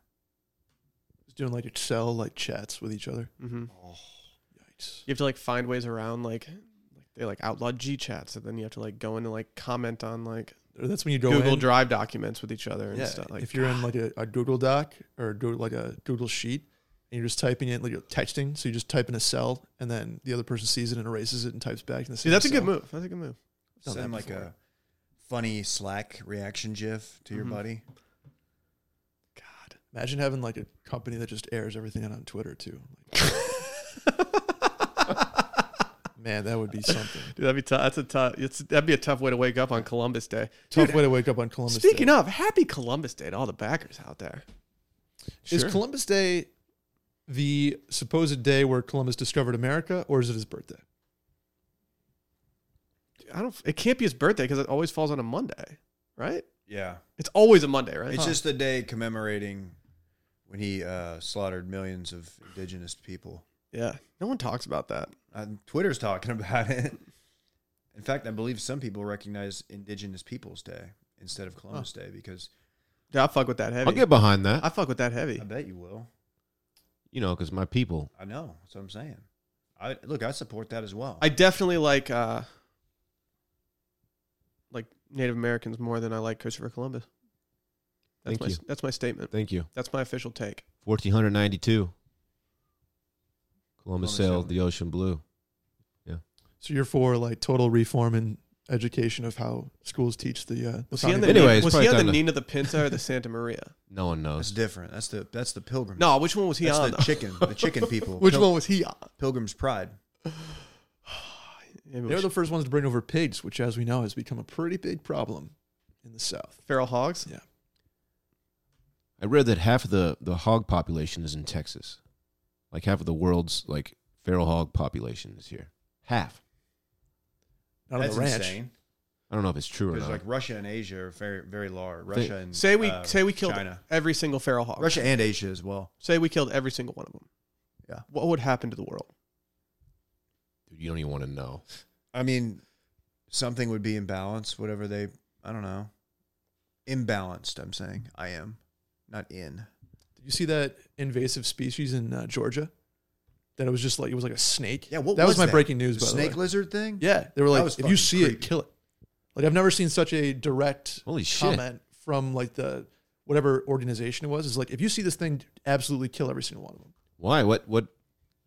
just doing like Excel like chats with each other.
Mm-hmm.
Oh,
Yikes.
You have to like find ways around like like they like outlawed G chats, and then you have to like go in and like comment on like
Or That's when you go
Google
in.
Drive documents with each other and
Yeah,
stuff. Like
if you're in like a, a Google Doc or Goo- like a Google Sheet, and you're just typing it like you're texting, so you just type in a cell, and then the other person sees it and erases it and types back in the
See,
same.
that's a good
cell.
move. That's a good move.
done
send
that
like
before.
a funny Slack reaction GIF to your
Mhm.
buddy.
God.
Imagine having like a company that just airs everything out on Twitter too. Man, that would be something.
Dude, that'd be tough. That's a tough. It's that'd be a tough way to wake up on Columbus Day.
Tough way to wake up on Columbus.
Speaking
Day.
of, happy Columbus Day to all the backers out there.
is Columbus Day the supposed day where Columbus discovered America, or is it his birthday?
I don't. It can't be his birthday because it always falls on a Monday, right?
Yeah.
It's always a Monday, right?
It's just a day commemorating when he uh, slaughtered millions of indigenous people.
Yeah. No one talks about that.
Uh, Twitter's talking about it. In fact, I believe some people recognize Indigenous Peoples Day instead of Columbus Day because
Yeah, I fuck with that heavy.
I'll get behind that.
I fuck with that heavy.
I bet you will.
you know, because my people.
I know. That's what I'm saying. I look. I support that as well.
I definitely like uh like Native Americans more than I like Christopher Columbus. That's
Thank
my
you.
that's my statement.
Thank you.
That's my official take.
1492. Columbus
Columbus
sailed
sailed.
the ocean blue.
So you're for like total reform and education of how schools teach the. Uh,
Was he on the
Anyway,
Nina,
it's
was he
probably
on the
time to-
Nina the Pinta or the Santa Maria?
No one
That's
knows.
different. That's the that's the pilgrim.
No, which one was he
that's
on?
the
though?
chicken. The chicken people.
Which
Pil-
one was he on?
Pilgrim's Pride.
Maybe it
They were
was
the first ones to bring over pigs, which, as we know, has become a pretty big problem in the South.
feral hogs.
Yeah.
I read that half of the, the hog population is in Texas. Like half of the world's like feral hog population is here. Half.
Not on
That's
the ranch.
insane.
I don't know if it's true or
Because
not.
like Russia and Asia are very very large. Russia and
Say we
uh,
say we killed
China.
every single feral hog.
Russia and Asia as well.
Say we killed every single one of them.
Yeah.
What would happen to the world?
Dude, you don't even want to know.
I mean, something would be imbalanced. Whatever they, I don't know. Imbalanced. I'm saying I am, not in.
Did you see that invasive species in uh, Georgia? That it was just like it was like a snake.
Yeah, what
that was,
was
my
that?
breaking news.
The
by
snake
the way.
lizard thing.
Yeah, they were
That
like,
was
if
fucking
you see
creepy.
it, kill it. Like I've never seen such a direct
Holy shit.
comment from like the whatever organization it was. Is like if you see this thing, absolutely kill every single one of them.
Why? What what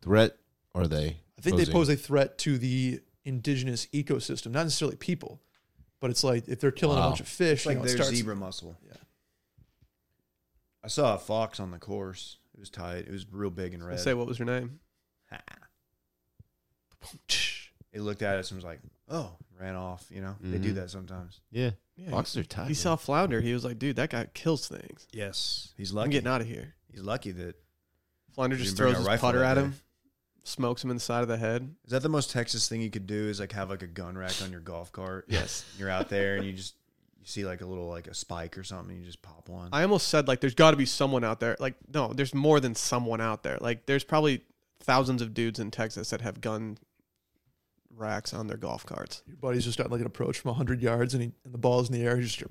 threat are they?
I think they
posing?
pose a threat to the indigenous ecosystem, not necessarily people, but it's like if they're killing
Wow.
a bunch of fish,
It's
you
like
know, it
their
starts-
zebra mussel.
Yeah.
I saw a fox on the course. It was tight. It was real big and
I
red.
say what was her name?
it looked at us and was like, "Oh," ran off. You know, they do
Mhm.
that sometimes.
Yeah.
Yeah,
Foxes are tied.
he saw flounder. He was like, "Dude, that guy kills things.
Yes, he's
I'm
lucky.
getting out of here."
He's lucky that
Flounder
You
just
bring
throws
a
his
rifle
putter
that
at
day.
him, smokes him in the side of the head.
is that the most Texas thing you could do is like have like a gun rack on your golf cart.
Yes,
You're out there and you just you see like a little like a spike or something. You just pop one.
I almost said like, "There's got to be someone out there." Like, no, there's more than someone out there. Like, there's probably thousands of dudes in Texas that have gun racks on their golf carts.
Your buddy's just got like an approach from hundred yards, and, he, and the ball's in the air. You just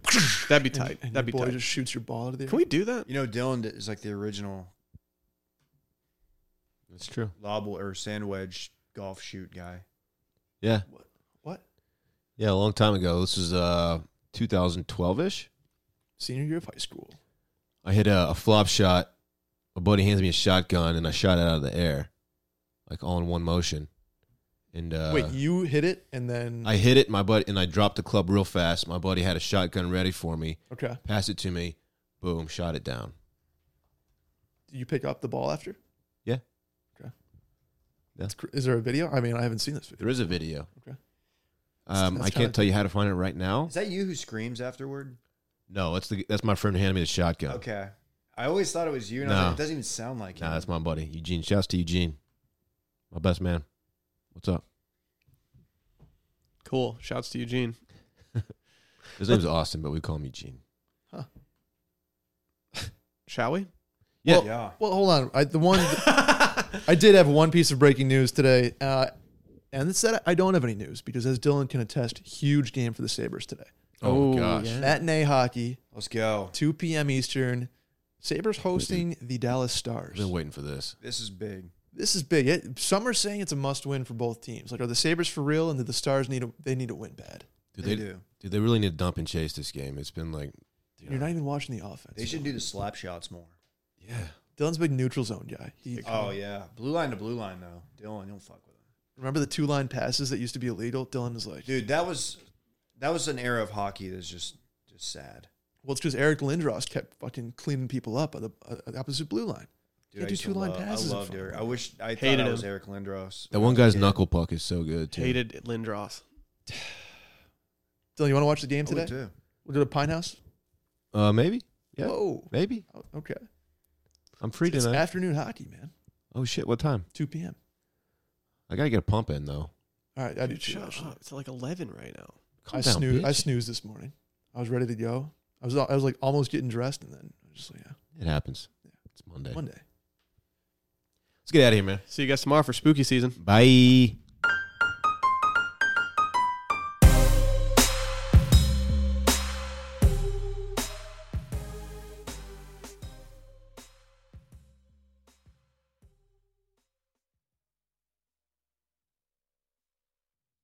That'd be
and-
tight.
And
That'd be
your boy
tight.
just shoots your ball out of the air.
Can we do that?
you know, Dylan is like the original
That's true.
lob or sand wedge golf shoot guy.
Yeah.
what
Yeah, a long time ago. This was uh 2012 ish.
senior year of high school?
I hit a, a flop shot. My buddy hands me a shotgun, and I shot it out of the air, like all in one motion. And uh,
Wait, you hit it, and then
I hit it, my buddy, and I dropped the club real fast. My buddy had a shotgun ready for me,
okay,
passed it to me, boom, shot it down.
Did you pick up the ball after?
Yeah.
Okay.
Yeah.
That's cr- Is there a video? I mean, I haven't seen this video.
There is a video.
Okay.
Um,
That's
I can't
kinda-
tell you how to find it right now.
Is that you who screams afterward?
No, that's the that's my friend who handed me the shotgun.
Okay. I always thought it was you, and I was
No.
like, it doesn't even sound like
Nah,
him.
that's my buddy Eugene. Shouts to Eugene, my best man. What's up?
Cool. Shouts to Eugene.
His name's Austin, but we call him Eugene.
Shall we?
Yeah.
yeah.
Well, hold on. I, the one I did have one piece of breaking news today, uh, and it's that I don't have any news because, as Dylan can attest, huge game for the Sabers today.
Oh,
Oh, gosh,
yeah.
Matinee hockey,
Let's go.
2 p.m. Eastern. Sabers hosting the Dallas
I've
Stars.
been waiting for this.
This is big.
This is big. It, some are saying it's a must-win for both teams. Like, are the Sabers for real? And do the Stars need a, they need to win bad?
Dude,
they,
they,
do.
dude, they really need to dump and chase this game. It's been like,
You're not even watching the offense.
They should do the slap shots more.
yeah,
Dylan's a big neutral zone guy. He,
Oh yeah, blue line to blue line though. Dylan, don't fuck with him,
Remember the two line passes that used to be illegal? Dylan is like,
dude. That was that was an era of hockey that's just just sad.
well, it's because Eric Lindros kept fucking cleaning people up on the uh, uh, opposite blue line.
Dude,
Can't
I
do
used to
two-line
love-
passes
I
in
loved
front of
Eric. I
him.
wish I
Hated
thought I
him.
was Eric Lindros.
that
when I
one
was
guy's
a kid.
knuckle puck is so good. Too.
Hated Lindros.
Dylan, you want to watch the game
I would,
today?
too.
We'll go to Pine House.
Uh, maybe, yeah,
Whoa.
maybe.
Oh, Okay.
I'm free
it's
tonight.
afternoon hockey, man.
oh shit, what time?
2 p.m.
I gotta get a pump in though.
All right. I did
Dude,
too,
shut
actually.
up. It's like 11 right now.
Calm
I,
down,
snoo- I
bitch.
snoozed this morning. I was ready to go. I was, I was like almost getting dressed, and then I was just like, yeah.
It happens. It's It's Monday.
Monday.
Let's get out of here, man.
See you guys tomorrow for spooky season.
Bye.